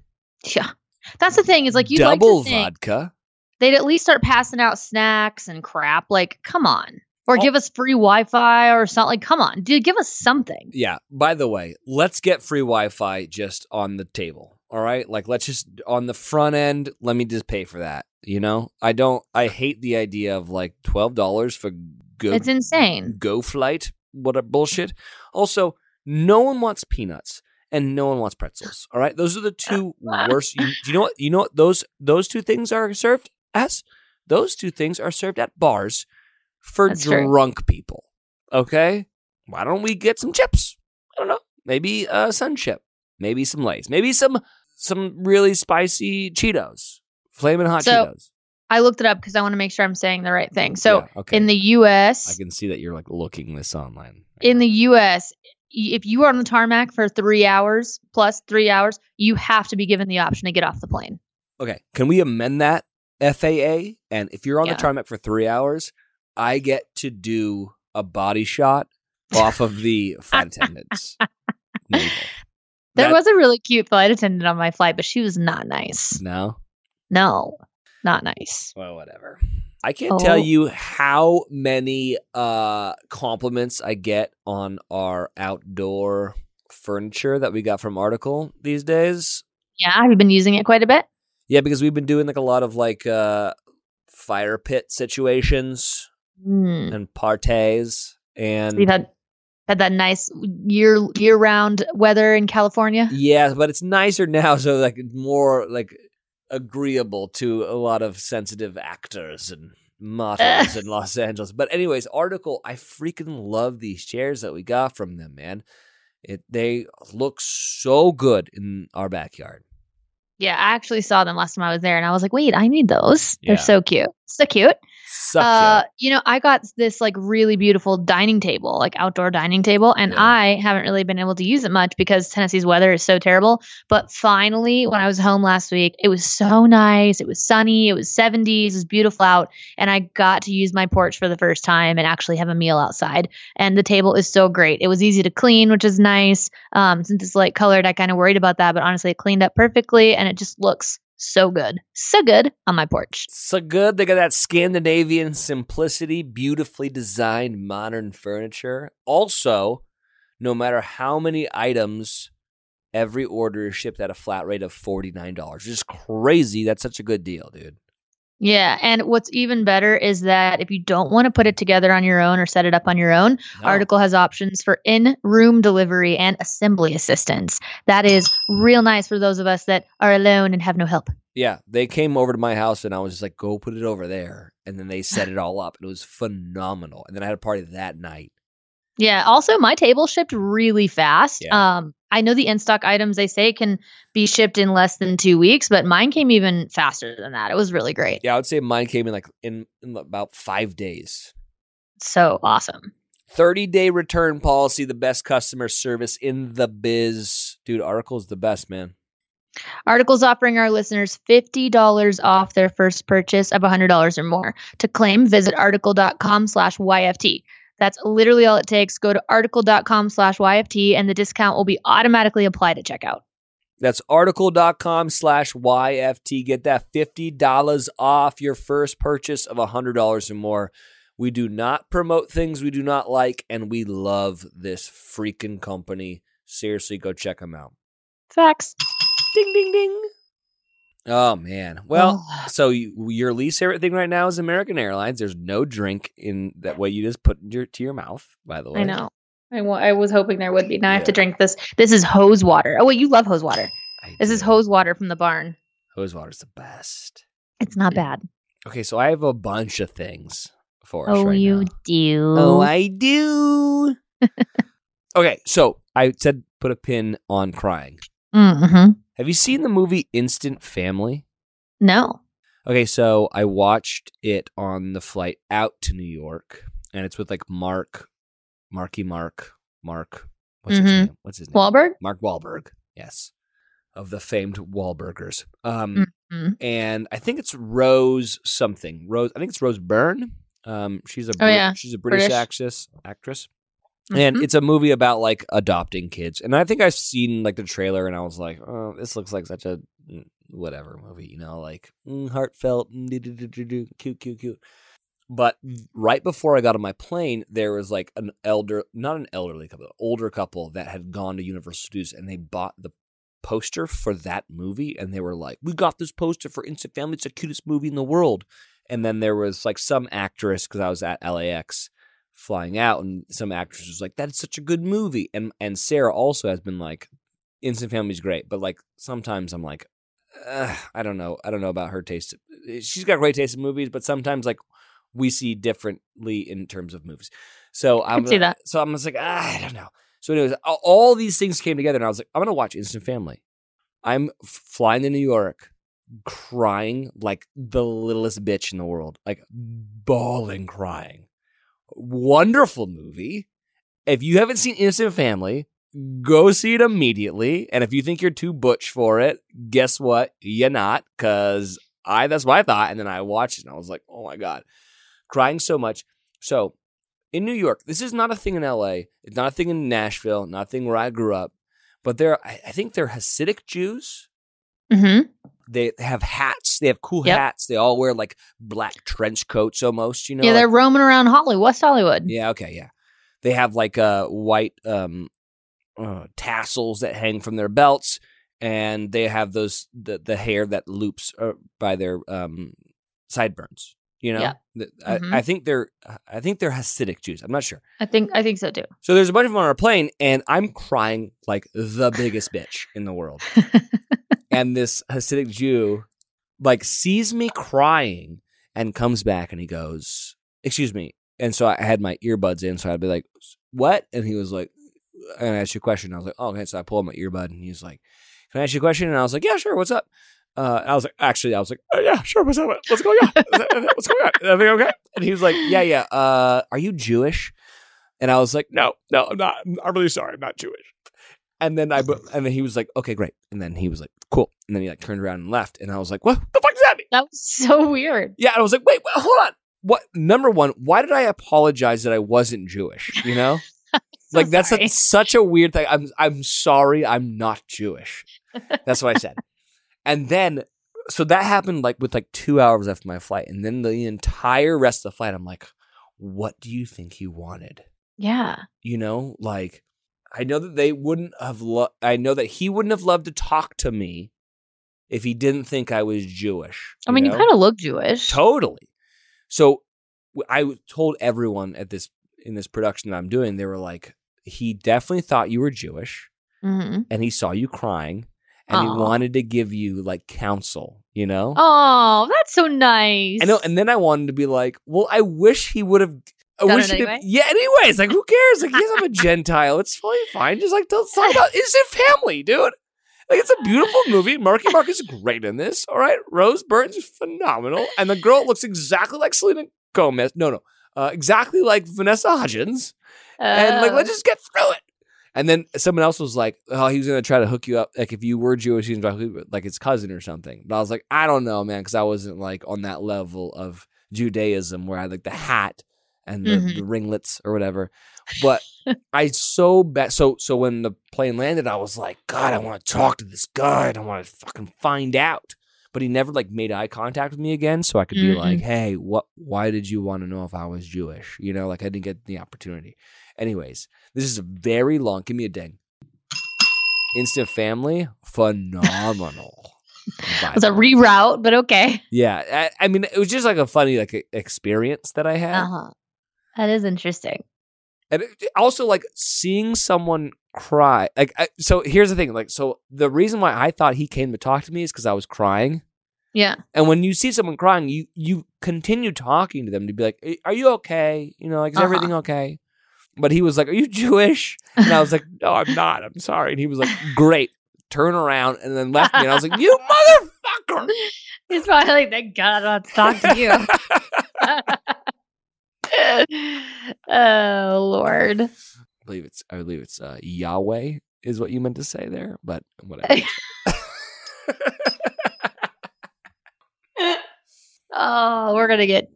Speaker 2: Yeah, that's the thing. Is like you
Speaker 1: double
Speaker 2: like to think,
Speaker 1: vodka.
Speaker 2: they'd at least start passing out snacks and crap. Like, come on. Or
Speaker 1: Oh.
Speaker 2: give us free Wi Fi or something. Like, come on, dude, give us something.
Speaker 1: Yeah. By the way, let's get free Wi Fi just on the table. All right. Like, let's just on the front end, let me just pay for that. You know, I don't, I hate the idea of like $12 for go,
Speaker 2: It's
Speaker 1: Mm-hmm.
Speaker 2: insane.
Speaker 1: go flight. What a bullshit. Also, no one wants peanuts. and no one wants pretzels. All right, those are the
Speaker 2: [laughs]
Speaker 1: two worst. You, do you know what? You know what those those two things are served as? Those two things are served at bars for
Speaker 2: That's true.
Speaker 1: drunk people. Okay, why don't we get some chips? I don't know. Maybe a sun chip. Maybe some Lay's. Maybe some some really spicy Cheetos, flaming hot
Speaker 2: So,
Speaker 1: Cheetos.
Speaker 2: I looked it up because I want to make sure I'm saying the right thing. So
Speaker 1: Yeah, okay.
Speaker 2: in the
Speaker 1: I
Speaker 2: U.S.,
Speaker 1: can see that you're like looking this online.
Speaker 2: in the U.S., y- if you are on the tarmac for three hours plus three hours, you have to be given the option to get off the plane.
Speaker 1: Okay, can we amend that FAA? And if you're on
Speaker 2: Yeah.
Speaker 1: the tarmac for three hours, I get to do a body shot off of the flight
Speaker 2: [laughs]
Speaker 1: attendants. Navel.
Speaker 2: There
Speaker 1: That-
Speaker 2: was a really cute flight attendant on my flight, but she was not nice.
Speaker 1: no.
Speaker 2: No, not nice.
Speaker 1: Well, whatever. I can't tell
Speaker 2: Oh.
Speaker 1: you how many uh compliments I get on our outdoor furniture that we got from Article these days.
Speaker 2: Yeah, have you been using it quite a bit?
Speaker 1: Yeah, because we've been doing like a lot of like uh fire pit situations
Speaker 2: Hmm.
Speaker 1: and parties and
Speaker 2: You've had [laughs] had that nice year year round weather in California.
Speaker 1: [laughs] yeah, but it's nicer now, so like more like agreeable to a lot of sensitive actors and models
Speaker 2: [laughs]
Speaker 1: in Los Angeles. But anyways, article I freaking love these chairs that we got from them, man. It they look so good in our backyard.
Speaker 2: Yeah, I actually saw them last time I was there, and I was like, "Wait, I need those.
Speaker 1: Yeah.
Speaker 2: They're so cute, so cute."
Speaker 1: Suck
Speaker 2: uh, you know, I got this like really beautiful dining table, like outdoor dining table, and
Speaker 1: Yeah.
Speaker 2: I haven't really been able to use it much because Tennessee's weather is so terrible. But finally, when I was home last week, it was so nice. It was sunny. It was 70s. It was beautiful out, and I got to use my porch for the first time and actually have a meal outside. And the table is so great. It was easy to clean, which is nice. Um, since it's light colored, I kind of worried about that, but honestly, it cleaned up perfectly, and it just looks so good, so good on my porch.
Speaker 1: So good. They got that Scandinavian simplicity, beautifully designed modern furniture. Also, no matter how many items, every order is shipped at a flat rate of $49. It's just crazy. That's such a good deal, dude.
Speaker 2: Yeah, and what's even better is that if you don't want to put it together on your own or set it up on your own,
Speaker 1: No.
Speaker 2: Article has options for in-room delivery and assembly assistance. That is real nice for those of us that are alone and have no help.
Speaker 1: Yeah, they came over to my house and I was just like, go put it over there. And then they set it all up. It was phenomenal. And then I had a party that night.
Speaker 2: Yeah, also my table shipped really fast.
Speaker 1: Yeah.
Speaker 2: Um I know the in-stock items they say can be shipped in less than 2 weeks, but mine came even faster than that. It was really great.
Speaker 1: Yeah, I would say mine came in like in, in about five days.
Speaker 2: So awesome.
Speaker 1: 30 day return policy, the best customer service in the biz. Dude, Article's the best, man.
Speaker 2: Articles offering our listeners $50 off their first purchase of $100 or more. To claim, visit article.com slash YFT. That's literally all it takes. Go to article.com slash YFT and the discount will be automatically applied at checkout.
Speaker 1: That's article.com slash YFT. Get that $50 off your first purchase of $100 or more. We do not promote things we do not like, and we love this freaking company. Seriously, go check them out.
Speaker 2: Facts.
Speaker 1: Ding, ding, ding. Oh, man. Well, So you, your least favorite thing right now is American Airlines. There's no drink in that way you just put in your to your mouth. By the way,
Speaker 2: I know. I wa- I was hoping there would be. Now I have to
Speaker 1: Yeah.
Speaker 2: drink this. This is hose water. Oh, wait, you love hose water.
Speaker 1: I
Speaker 2: This is
Speaker 1: do.
Speaker 2: hose water from the barn.
Speaker 1: Hose water's the best.
Speaker 2: It's not bad.
Speaker 1: Okay, so I have a bunch of things for us
Speaker 2: Oh,
Speaker 1: right
Speaker 2: you
Speaker 1: now.
Speaker 2: do.
Speaker 1: Oh, I do. okay, so I said put a pin on crying.
Speaker 2: mm-hmm.
Speaker 1: Have you seen the movie Instant Family?
Speaker 2: No.
Speaker 1: Okay, so I watched it on the flight out to New York, and it's with like Mark, Marky Mark, Mark. What's his
Speaker 2: Mhm.
Speaker 1: name? What's his name?
Speaker 2: Wahlberg?
Speaker 1: Mark Wahlberg. Yes, of the famed Wahlburgers. Um,
Speaker 2: Mhm.
Speaker 1: and I think it's Rose something. Rose, I think it's Rose Byrne. Um, she's a
Speaker 2: Oh,
Speaker 1: Brit-
Speaker 2: yeah.
Speaker 1: she's a British,
Speaker 2: British.
Speaker 1: actress actress, and it's a movie about like adopting kids. And I think I've seen like the trailer, and I was like, oh, this looks like such a mm, whatever movie, you know, like mm, heartfelt, mm, do, do, do, do, do, cute, cute, cute. But right before I got on my plane, there was like an elder, not an elderly couple, an older couple that had gone to Universal Studios, and they bought the poster for that movie and they were like, We got this poster for Instant Family. It's the cutest movie in the world. And then there was like some actress, because I was at LAX flying out, and some actress was like, That is such a good movie. And and Sarah also has been like, Instant Family's great, but like sometimes I'm like, "Ugh, I don't know, I don't know about her taste. She's got great taste in movies, but sometimes like we see differently in terms of movies. So I'm
Speaker 2: can see that.
Speaker 1: so I'm just like, "Ah, I don't know. So anyways, a- all these things came together, and I was like, I'm gonna watch Instant Family. I'm f- flying to New York, crying like the littlest bitch in the world, like bawling, crying. Wonderful movie. If you haven't seen Instant Family, go see it immediately. And if you think you're too butch for it, guess what? You're not, because I that's what I thought. And then I watched it and I was like, oh my God. Crying so much. So in New York, this is not a thing in LA. It's not a thing in Nashville, not a thing where I grew up. But there I, I think they're Hasidic Jews.
Speaker 2: Mm-hmm.
Speaker 1: They have hats. They have cool
Speaker 2: Yep.
Speaker 1: hats. They all wear like black trench coats almost, you know.
Speaker 2: yeah,
Speaker 1: like-
Speaker 2: they're roaming around Hollywood, West Hollywood.
Speaker 1: yeah, okay, yeah. They have like uh white um uh, tassels that hang from their belts and they have those the, the hair that loops uh, by their um sideburns, you know?
Speaker 2: Yeah.
Speaker 1: The-
Speaker 2: Mhm.
Speaker 1: I, I think they're uh, I think they're Hasidic Jews. I'm not sure.
Speaker 2: I think I think so too. [laughs]
Speaker 1: So there's a bunch of them on our plane, and I'm crying like the biggest bitch in the world. and this Hasidic Jew, like, sees me crying and comes back and he goes, "Excuse me." And so I had my earbuds in, so I'd be like, "What?" And he was like, "And I asked you a question." I was like, "Oh, okay." So I pulled out my earbud, and he's like, "Can I ask you a question?" And I was like, "Yeah, sure. What's up?" Uh, I was like, actually, I was like, "Uh, yeah, sure. What's up? What's going on? What's going on? Everything okay? And he was like, yeah, yeah. Uh, are you Jewish? And I was like, no, no, I'm not. I'm- I'm really sorry. I'm not Jewish. And then I, bu- and then he was like, okay, great. And then he was like, cool. And then he like turned around and left. And I was like, what the fuck does that mean?
Speaker 2: That was so weird.
Speaker 1: Yeah. And I was like, wait, wait, hold on. What? Number one, why did I apologize that I wasn't Jewish? You know,
Speaker 2: [laughs] So
Speaker 1: like that's
Speaker 2: sorry.
Speaker 1: a, such a weird thing. I'm, I'm sorry. I'm not Jewish. That's what I said. and then, so that happened like with like two hours after my flight. And then the entire rest of the flight, I'm like, what do you think he wanted?
Speaker 2: yeah.
Speaker 1: you know like i know that they wouldn't have lo- i know that he wouldn't have loved to talk to me if he didn't think i was jewish
Speaker 2: I mean, you,
Speaker 1: know?
Speaker 2: kind of look Jewish.
Speaker 1: totally so w- i was- told everyone at this in this production that i'm doing they were like he definitely thought you were jewish
Speaker 2: mm-hmm.
Speaker 1: and he saw you crying and he
Speaker 2: Aw.
Speaker 1: wanted to give you like counsel you know
Speaker 2: Oh, that's so nice.
Speaker 1: I know, and then I wanted to be like, well, I wish he would have. I
Speaker 2: Done
Speaker 1: wish
Speaker 2: it
Speaker 1: he did-
Speaker 2: anyway?
Speaker 1: Yeah, anyways, like who cares? Like,
Speaker 2: [laughs]
Speaker 1: yes, I'm a Gentile. It's totally fine. Just like tell- talk about instant family, dude. Like it's a beautiful movie. Marky Mark is great in this. All right, Rose Byrne's phenomenal, and the girl looks exactly like Selena Gomez. No, no, uh, exactly like Vanessa Hudgens. And like,
Speaker 2: Oh.
Speaker 1: let's just get through it. And then someone else was like, "Oh, he was gonna try to hook you up. Like if you were Jewish, he was gonna try to hook you up with, like his cousin or something." But I was like, "I don't know, man, because I wasn't like on that level of Judaism where I had, like the hat and the,
Speaker 2: Mhm.
Speaker 1: the ringlets or whatever." But I so bad. So so when the plane landed, I was like, "God, I want to talk to this guy. and I want to fucking find out." But he never like made eye contact with me again, so I could be
Speaker 2: Mm-mm.
Speaker 1: like, "Hey, what? Why did you want to know if I was Jewish? You know, like I didn't get the opportunity." Anyways, this is a very long. Give me a ding. Instant Family, phenomenal. By
Speaker 2: it was Uh, a
Speaker 1: the way.
Speaker 2: reroute, but okay.
Speaker 1: yeah. I, I mean, it was just like a funny like e- experience that I had,
Speaker 2: Uh-huh. That is interesting.
Speaker 1: and it- also like seeing someone cry. Like, I, so here's the thing. Like, so the reason why I thought he came to talk to me is because I was crying.
Speaker 2: Yeah. [laughs]
Speaker 1: And when you see someone crying, you you continue talking to them to be like, "Eh, "Are you okay? You know, like is
Speaker 2: Uh-huh.
Speaker 1: everything okay?" But he was like, "Are you [laughs] Jewish?" And I was like, no, I'm not. I'm sorry. And he was like, great. Turn around and then left me. And I was like, you motherfucker.
Speaker 2: He's probably like, thank God I don't have to talk to you. [laughs] oh, Lord.
Speaker 1: I believe it's, I believe it's uh, Yahweh is what you meant to say there, but whatever.
Speaker 2: Oh, we're going to get.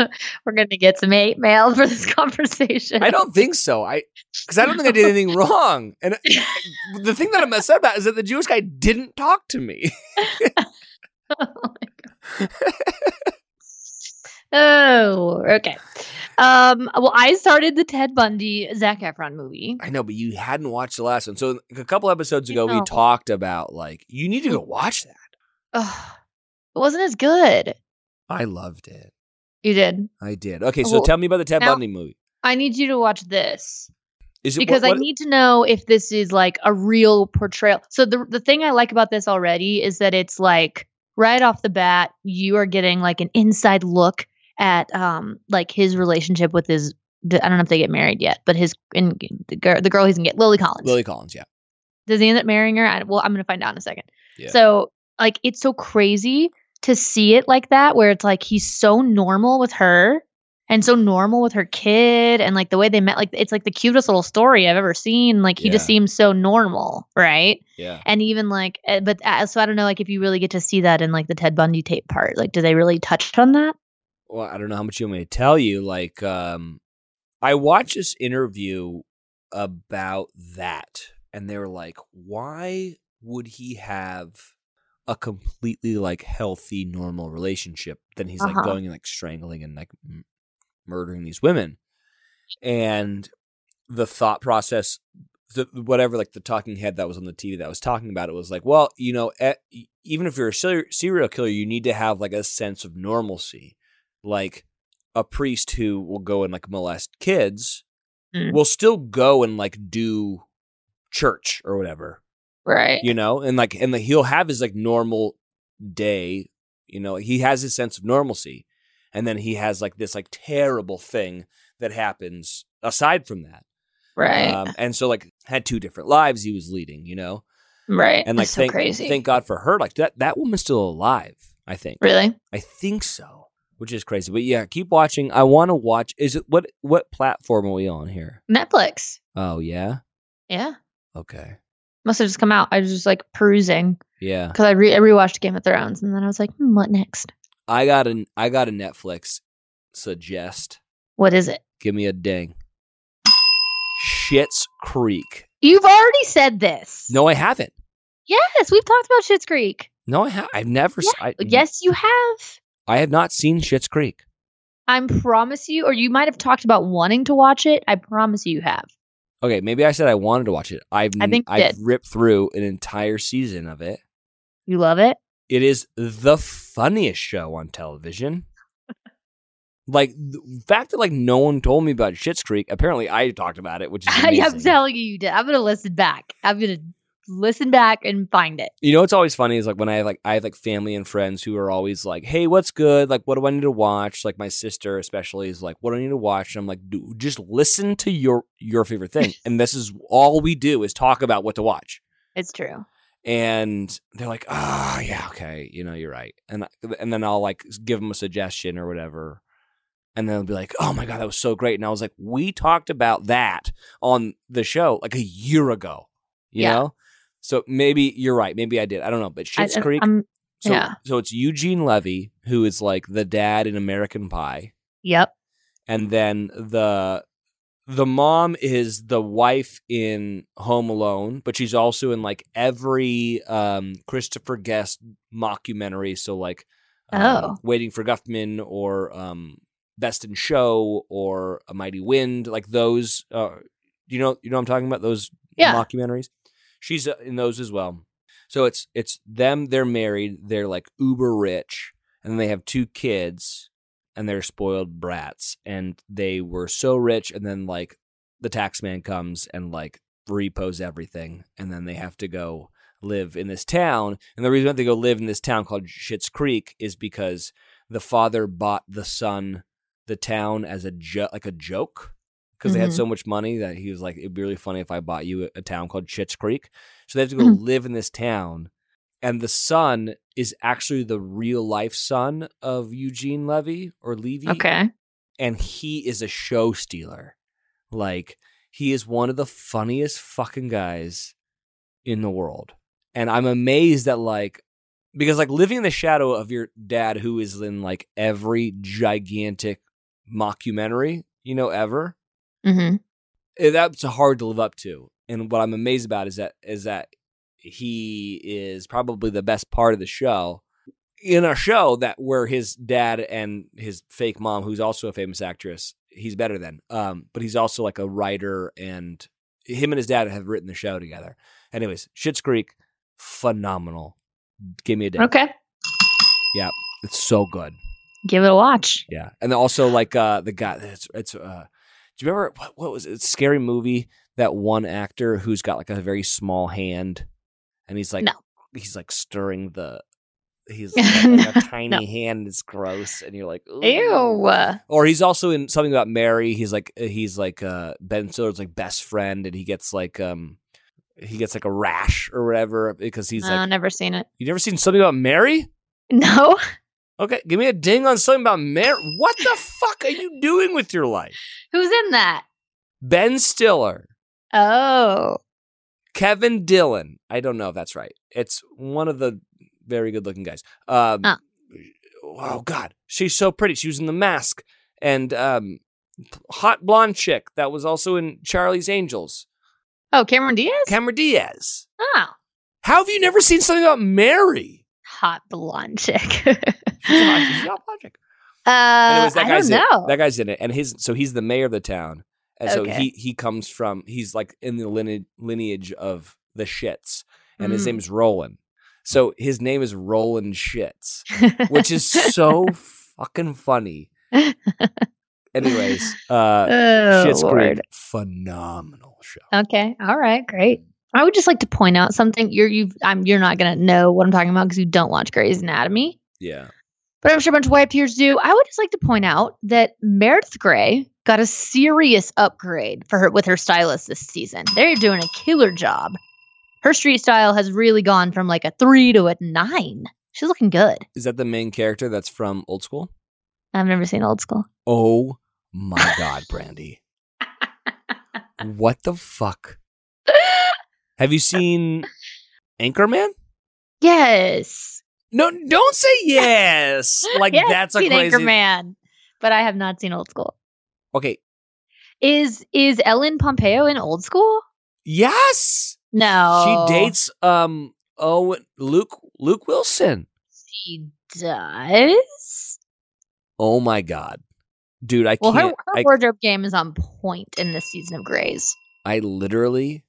Speaker 2: [laughs] We're going to get some hate mail for this [laughs] conversation.
Speaker 1: I don't think so. I, because I don't think I
Speaker 2: [laughs]
Speaker 1: did anything wrong. And uh, the thing that I'm upset about is that the Jewish guy didn't talk to me. [laughs]
Speaker 2: Oh, okay. Um, well, I started the Ted Bundy Zach Efron movie.
Speaker 1: I know, but you hadn't watched the last one. So a couple episodes ago, we
Speaker 2: No. Mm.
Speaker 1: talked about like, you need to go watch that.
Speaker 2: Ugh, it wasn't as good.
Speaker 1: I loved it.
Speaker 2: You did.
Speaker 1: I did. Okay. So
Speaker 2: Well,
Speaker 1: tell me about the Ted
Speaker 2: now-
Speaker 1: Bundy movie.
Speaker 2: I need you to watch this.
Speaker 1: Is it
Speaker 2: because
Speaker 1: what-
Speaker 2: I
Speaker 1: what-
Speaker 2: need to know if this is like a real portrayal. So the the thing I like about this already is that it's like right off the bat you are getting like an inside look at um like his relationship with his I don't know if they get married yet, but his and the girl the girl he's gonna get Lily Collins.
Speaker 1: Lily Collins? Yeah,
Speaker 2: Does he end up marrying her? I, well, I'm gonna find out in a second.
Speaker 1: Yeah.
Speaker 2: So like it's so crazy to see it like that, where it's like he's so normal with her and so normal with her kid, and like the way they met, like it's like the cutest little story I've ever seen. Like he just
Speaker 1: Yeah.
Speaker 2: seems so normal, right?
Speaker 1: yeah.
Speaker 2: And even like, eh, but uh, so I don't know, like if you really get to see that in like the Ted Bundy tape part, like do they really touch on that?
Speaker 1: well, I don't know how much you want me to tell you. Like, um, I watched this interview about that, and they were like, why would he have a completely like healthy, normal relationship? Then he's like
Speaker 2: Uh-huh.
Speaker 1: going and like strangling and like m- murdering these women. And the thought process, the, whatever, like the talking head that was on the TV that was talking about it was like, well, you know, e- even if you're a ser- serial killer, you need to have like a sense of normalcy like a priest who will go and like molest kids
Speaker 2: Mm.
Speaker 1: will still go and like do church or whatever
Speaker 2: Right.
Speaker 1: you know and like and like he'll have his like normal day you know he has his sense of normalcy and then he has like this like terrible thing that happens aside from that
Speaker 2: Right.
Speaker 1: um, and so like had two different lives he was leading you know
Speaker 2: right.
Speaker 1: and like
Speaker 2: That's so
Speaker 1: thank
Speaker 2: crazy.
Speaker 1: thank god for her like that that woman's still alive i think
Speaker 2: really?
Speaker 1: I think so, which is crazy. But yeah, keep watching. I want to watch. Is it what what platform are we on here?
Speaker 2: Netflix.
Speaker 1: Oh yeah,
Speaker 2: Yeah.
Speaker 1: okay,
Speaker 2: Must have just come out. I was just like perusing.
Speaker 1: yeah.
Speaker 2: because I, re- I rewatched Game of Thrones, and then I was like, hmm, what next?
Speaker 1: I got an I got a Netflix suggest.
Speaker 2: What is it?
Speaker 1: Give me a ding. Shit's Creek.
Speaker 2: You've already said this.
Speaker 1: No, I haven't.
Speaker 2: Yes, we've talked about Schitt's Creek.
Speaker 1: No, I have. I've never. s- I,
Speaker 2: Yes, you have.
Speaker 1: I have not seen Shit's Creek.
Speaker 2: I promise you, or you might have talked about wanting to watch it. I promise you, you have.
Speaker 1: Okay, maybe I said I wanted to watch it. I've
Speaker 2: I think you
Speaker 1: I've
Speaker 2: did.
Speaker 1: ripped through an entire season of it.
Speaker 2: You love it.
Speaker 1: It is the funniest show on television. like the fact that like no one told me about Shit's Creek. Apparently, I talked about it,
Speaker 2: [laughs]
Speaker 1: which is
Speaker 2: I am
Speaker 1: amazing.
Speaker 2: telling you, you did. I'm gonna listen back. I'm gonna listen back and find it.
Speaker 1: you know what's always funny is like when I have like I have like family and friends who are always like, "Hey, what's good? Like, what do I need to watch?" Like my sister especially is like, "What do I need to watch?" And I'm like, "Dude, just listen to your your favorite thing." and this is all we do is talk about what to watch.
Speaker 2: It's true.
Speaker 1: and they're like, "Oh, yeah, okay, you know, you're right." And I- and then I'll like give them a suggestion or whatever, and they'll be like, "Oh my god, that was so great!" And I was like, "We talked about that on the show like a year ago, you
Speaker 2: Yeah.
Speaker 1: know." So maybe you're right. Maybe I did. I don't know. But Shit's
Speaker 2: I,
Speaker 1: Creek.
Speaker 2: I'm-
Speaker 1: so,
Speaker 2: yeah.
Speaker 1: so it's Eugene Levy who is like the dad in American Pie,
Speaker 2: yep.
Speaker 1: and then the the mom is the wife in Home Alone, but she's also in like every um, Christopher Guest mockumentary. So like, um,
Speaker 2: Oh.
Speaker 1: Waiting for Guffman or um, Best in Show or A Mighty Wind, like those. Uh, you know, you know, what I'm talking about those
Speaker 2: Yeah.
Speaker 1: mockumentaries. She's uh, in those as well. So it's it's them. They're married. They're like uber rich, and they have two kids, and they're spoiled brats. And they were so rich, and then like the tax man comes and like repos everything, and then they have to go live in this town. And the reason they have to go live in this town called Shit's Creek is because the father bought the son the town as a jo- like a joke because they had
Speaker 2: Mhm.
Speaker 1: so much money that he was like, it'd be really funny if I bought you a, a town called Shit's Creek. So they have to go
Speaker 2: Mhm.
Speaker 1: live in this town. And the son is actually the real life son of Eugene Levy or Levy.
Speaker 2: Okay.
Speaker 1: And he is a show stealer. Like, he is one of the funniest fucking guys in the world. And I'm amazed that, like, because, like, living in the shadow of your dad, who is in, like, every gigantic mockumentary, you know, ever
Speaker 2: Mm-hmm.
Speaker 1: eh, that's hard to live up to. And what I'm amazed about is that is that he is probably the best part of the show. In a show that where his dad and his fake mom, who's also a famous actress, he's better than. Um, but he's also like a writer, and him and his dad have written the show together. Anyways, Schitt's Creek, phenomenal. Give me a day.
Speaker 2: Okay.
Speaker 1: It's so good.
Speaker 2: Give it a watch.
Speaker 1: Yeah, and then also like uh the guy. It's it's. Uh, do you remember what, what was it? Scary movie. that one actor who's got like a very small hand and he's like
Speaker 2: No.
Speaker 1: he's like stirring the
Speaker 2: [laughs]
Speaker 1: he's got, like, a tiny
Speaker 2: No.
Speaker 1: hand and it's gross and you're like "Ooh."
Speaker 2: Ew.
Speaker 1: or he's also in something about Mary he's like he's like uh Ben Stiller's like best friend and he gets like um he gets like a rash or whatever because he's
Speaker 2: oh,
Speaker 1: like
Speaker 2: never seen it. [laughs]
Speaker 1: you never seen something about Mary
Speaker 2: No.
Speaker 1: okay give me a ding on something about Mary what the fuck are you doing with your life
Speaker 2: Who's in that?
Speaker 1: Ben Stiller
Speaker 2: Oh.
Speaker 1: Kevin Dillon. I don't know if that's right. It's one of the very good looking guys. Um,
Speaker 2: Oh.
Speaker 1: Oh, God. She's so pretty. She was in The Mask and um, hot blonde chick that was also in Charlie's Angels.
Speaker 2: Oh, Cameron Diaz?
Speaker 1: Cameron Diaz.
Speaker 2: oh.
Speaker 1: How have you never seen something about Mary?
Speaker 2: Hot blonde chick. [laughs]
Speaker 1: She's a hot- she's a hot blonde chick.
Speaker 2: Uh,
Speaker 1: Anyways,
Speaker 2: I
Speaker 1: that guy's
Speaker 2: don't know.
Speaker 1: in, that guy's in it, and his so he's the mayor of the town, and so
Speaker 2: Okay.
Speaker 1: he he comes from he's like in the lineage lineage of the shits, and his
Speaker 2: Mm.
Speaker 1: name is Roland. So his name is Roland Shits,
Speaker 2: [laughs]
Speaker 1: which is so fucking funny.
Speaker 2: [laughs]
Speaker 1: Anyways, uh,
Speaker 2: oh,
Speaker 1: Shits
Speaker 2: Lord.
Speaker 1: Creek, phenomenal show.
Speaker 2: Okay. All right. Great. I would just like to point out something. You're you I'm you're not gonna know what I'm talking about because you don't watch Grey's Anatomy,
Speaker 1: Yeah,
Speaker 2: but I'm sure a bunch of white peers do. I would just like to point out that Meredith Grey got a serious upgrade for her with her stylist this season. They're doing a killer job. Her street style has really gone from like a three to a nine. She's looking good.
Speaker 1: is that the main character that's from Old School?
Speaker 2: I've never seen old school. [gasps]
Speaker 1: Oh my god,
Speaker 2: [laughs]
Speaker 1: Brandy, what the fuck? Have you seen Anchorman?
Speaker 2: yes.
Speaker 1: No, don't say
Speaker 2: [laughs]
Speaker 1: yes. Like
Speaker 2: Yes,
Speaker 1: that's a
Speaker 2: seen
Speaker 1: crazy.
Speaker 2: Anchorman, but I have not seen old school.
Speaker 1: Okay.
Speaker 2: Is is Ellen Pompeo in old school?
Speaker 1: Yes. She
Speaker 2: No.
Speaker 1: dates um oh Luke Luke Wilson.
Speaker 2: She does.
Speaker 1: Oh my god. Dude, I
Speaker 2: Well, her,
Speaker 1: can't
Speaker 2: her
Speaker 1: I,
Speaker 2: wardrobe game is on point in this season of Grays.
Speaker 1: I literally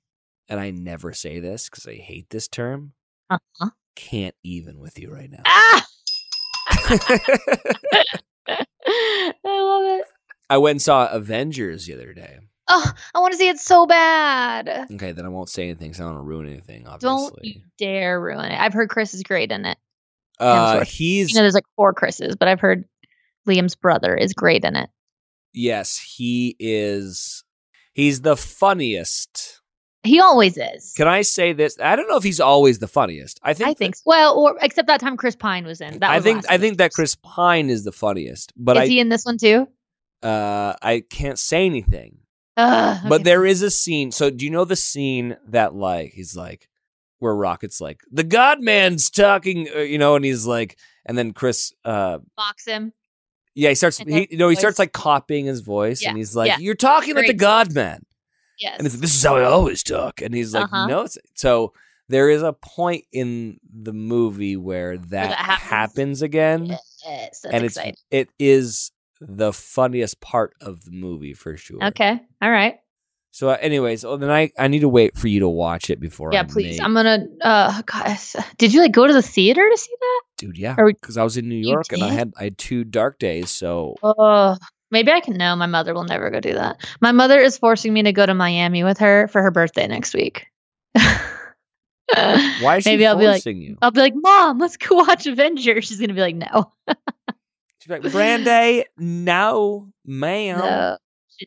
Speaker 1: and I never say this cuz I hate this term.
Speaker 2: Uh-huh.
Speaker 1: Can't even with you right now.
Speaker 2: Ah! [laughs] I love it.
Speaker 1: I went and saw Avengers the other day.
Speaker 2: Oh, I want to see it so bad.
Speaker 1: Okay, then I won't say anything so I don't want to ruin anything,
Speaker 2: Don't
Speaker 1: obviously.
Speaker 2: you dare ruin it. I've heard Chris is great in it.
Speaker 1: uh
Speaker 2: Hemsworth.
Speaker 1: he's
Speaker 2: You know, there's like four Chris's, but I've heard Liam's brother is great in it.
Speaker 1: yes, he is he's the funniest.
Speaker 2: He always is.
Speaker 1: Can I say this? I don't know if he's always the funniest. I think
Speaker 2: I think so. well, or except that time Chris Pine was in. That
Speaker 1: I
Speaker 2: was
Speaker 1: think
Speaker 2: last
Speaker 1: I think
Speaker 2: week.
Speaker 1: that Chris Pine is the funniest, but
Speaker 2: is
Speaker 1: I
Speaker 2: he in this one too?
Speaker 1: uh I can't say anything.
Speaker 2: Ugh, okay.
Speaker 1: But there is a scene. So do you know the scene that like he's like where Rocket's like the God Man's talking, uh, you know, and he's like, and then Chris, uh
Speaker 2: box him.
Speaker 1: yeah, he starts
Speaker 2: And then
Speaker 1: he you know he
Speaker 2: voice.
Speaker 1: starts like copying his voice,
Speaker 2: Yeah,
Speaker 1: and he's like,
Speaker 2: yeah.
Speaker 1: you're talking like the
Speaker 2: Great.
Speaker 1: God Man.
Speaker 2: Yes.
Speaker 1: And it's, this is how I always talk. And he's like,
Speaker 2: Uh-huh.
Speaker 1: no. It's, so there is a point in the movie where that,
Speaker 2: that
Speaker 1: happens.
Speaker 2: happens.
Speaker 1: again,
Speaker 2: yes, that's
Speaker 1: and it's
Speaker 2: exciting.
Speaker 1: it is the funniest part of the movie for sure.
Speaker 2: Okay. All right.
Speaker 1: So, uh, anyways, oh, then I I need to wait for you to watch it before.
Speaker 2: Yeah,
Speaker 1: I
Speaker 2: please.
Speaker 1: make-
Speaker 2: I'm gonna. Uh, gosh, did you like go to the theater to see that?
Speaker 1: dude. Yeah,
Speaker 2: Are we-
Speaker 1: because I was in New
Speaker 2: You
Speaker 1: York and I
Speaker 2: did?
Speaker 1: had I had two dark days. So
Speaker 2: Oh, maybe I can. No, my mother will never go do that. My mother is forcing me to go to Miami with her for her birthday next week. [laughs]
Speaker 1: why is she
Speaker 2: maybe I'll be like, "Oh."
Speaker 1: forcing you?
Speaker 2: I'll be like, Mom, let's go watch Avengers. She's gonna be like, No,
Speaker 1: She's like, Brandy, no, ma'am.
Speaker 2: no.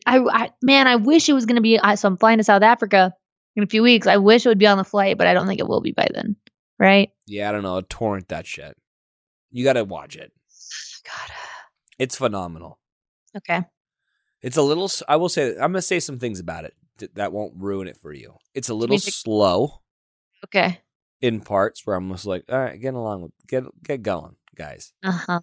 Speaker 2: I, I, man, I wish it was gonna be. I, so I'm flying to South Africa in a few weeks. I wish it would be on the flight, but I don't think it will be by then.
Speaker 1: [sighs]
Speaker 2: Right?
Speaker 1: Yeah, I don't know. I'll torrent that shit. You got to watch it.
Speaker 2: God.
Speaker 1: It's phenomenal.
Speaker 2: Okay.
Speaker 1: It's a little. s- I will say. I'm gonna say some things about it th- that won't ruin it for you. It's a little
Speaker 2: take-
Speaker 1: slow.
Speaker 2: Okay.
Speaker 1: in parts where I'm just like, all right, get along with get get going, guys.
Speaker 2: Uh huh.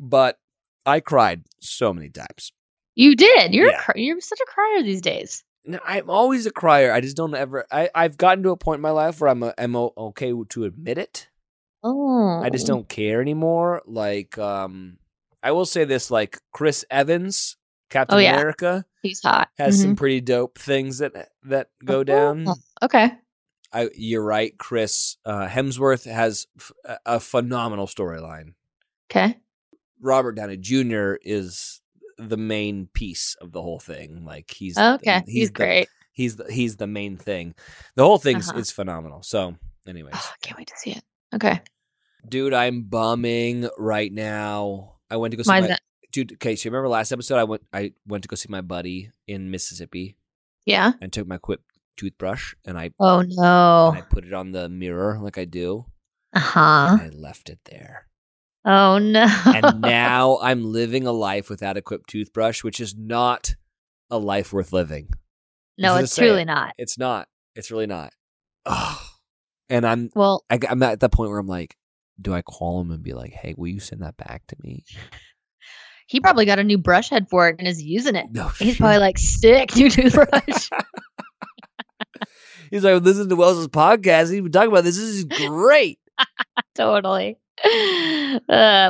Speaker 1: But I cried so many times.
Speaker 2: You did. You're a
Speaker 1: Yeah.
Speaker 2: cr- you're such a crier these days.
Speaker 1: No, I'm always a crier. I just don't ever. I I've gotten to a point in my life where I'm a, I'm o- okay to admit it.
Speaker 2: Oh,
Speaker 1: I just don't care anymore. Like, um, I will say this: like Chris Evans, Captain
Speaker 2: Oh, yeah.
Speaker 1: America,
Speaker 2: He's hot.
Speaker 1: has
Speaker 2: Mhm.
Speaker 1: some pretty dope things that that go down.
Speaker 2: Oh, Okay.
Speaker 1: I, you're right, Chris uh, Hemsworth has f- a- a phenomenal storyline.
Speaker 2: Okay.
Speaker 1: Robert Downey Jr. is the main piece of the whole thing. Like he's
Speaker 2: Okay. He's,
Speaker 1: the-
Speaker 2: great.
Speaker 1: he's the, he's the main thing. The whole thing's
Speaker 2: Uh-huh.
Speaker 1: is phenomenal. So, anyways,
Speaker 2: Oh, I can't wait to see it. Okay.
Speaker 1: dude, I'm bumming right now. I went to go see
Speaker 2: Mine's
Speaker 1: my
Speaker 2: gonna-
Speaker 1: dude. Okay, so you remember last episode? I went I went to go see my buddy in Mississippi
Speaker 2: yeah.
Speaker 1: and took my Quip toothbrush and I
Speaker 2: Oh
Speaker 1: and I
Speaker 2: no.
Speaker 1: put it on the mirror like I do,
Speaker 2: Uh huh.
Speaker 1: and I left it there.
Speaker 2: Oh no. [laughs]
Speaker 1: and now I'm living a life without a Quip toothbrush, which is not a life worth living.
Speaker 2: no,
Speaker 1: this is
Speaker 2: it's
Speaker 1: the same.
Speaker 2: truly not.
Speaker 1: It's not. It's really not. Ugh. And I'm
Speaker 2: Well,
Speaker 1: I, am at that point where I'm like, do I call him and be like, hey, will you send that back to
Speaker 2: [laughs]
Speaker 1: me?
Speaker 2: he probably got a new brush head for it and is using it.
Speaker 1: No, [laughs]
Speaker 2: He's
Speaker 1: shit.
Speaker 2: probably like sick
Speaker 1: [laughs]
Speaker 2: new toothbrush.
Speaker 1: He's like, listen to Wells's podcast. He's been talking about this. This
Speaker 2: [laughs]
Speaker 1: is great.
Speaker 2: [laughs] totally. Uh,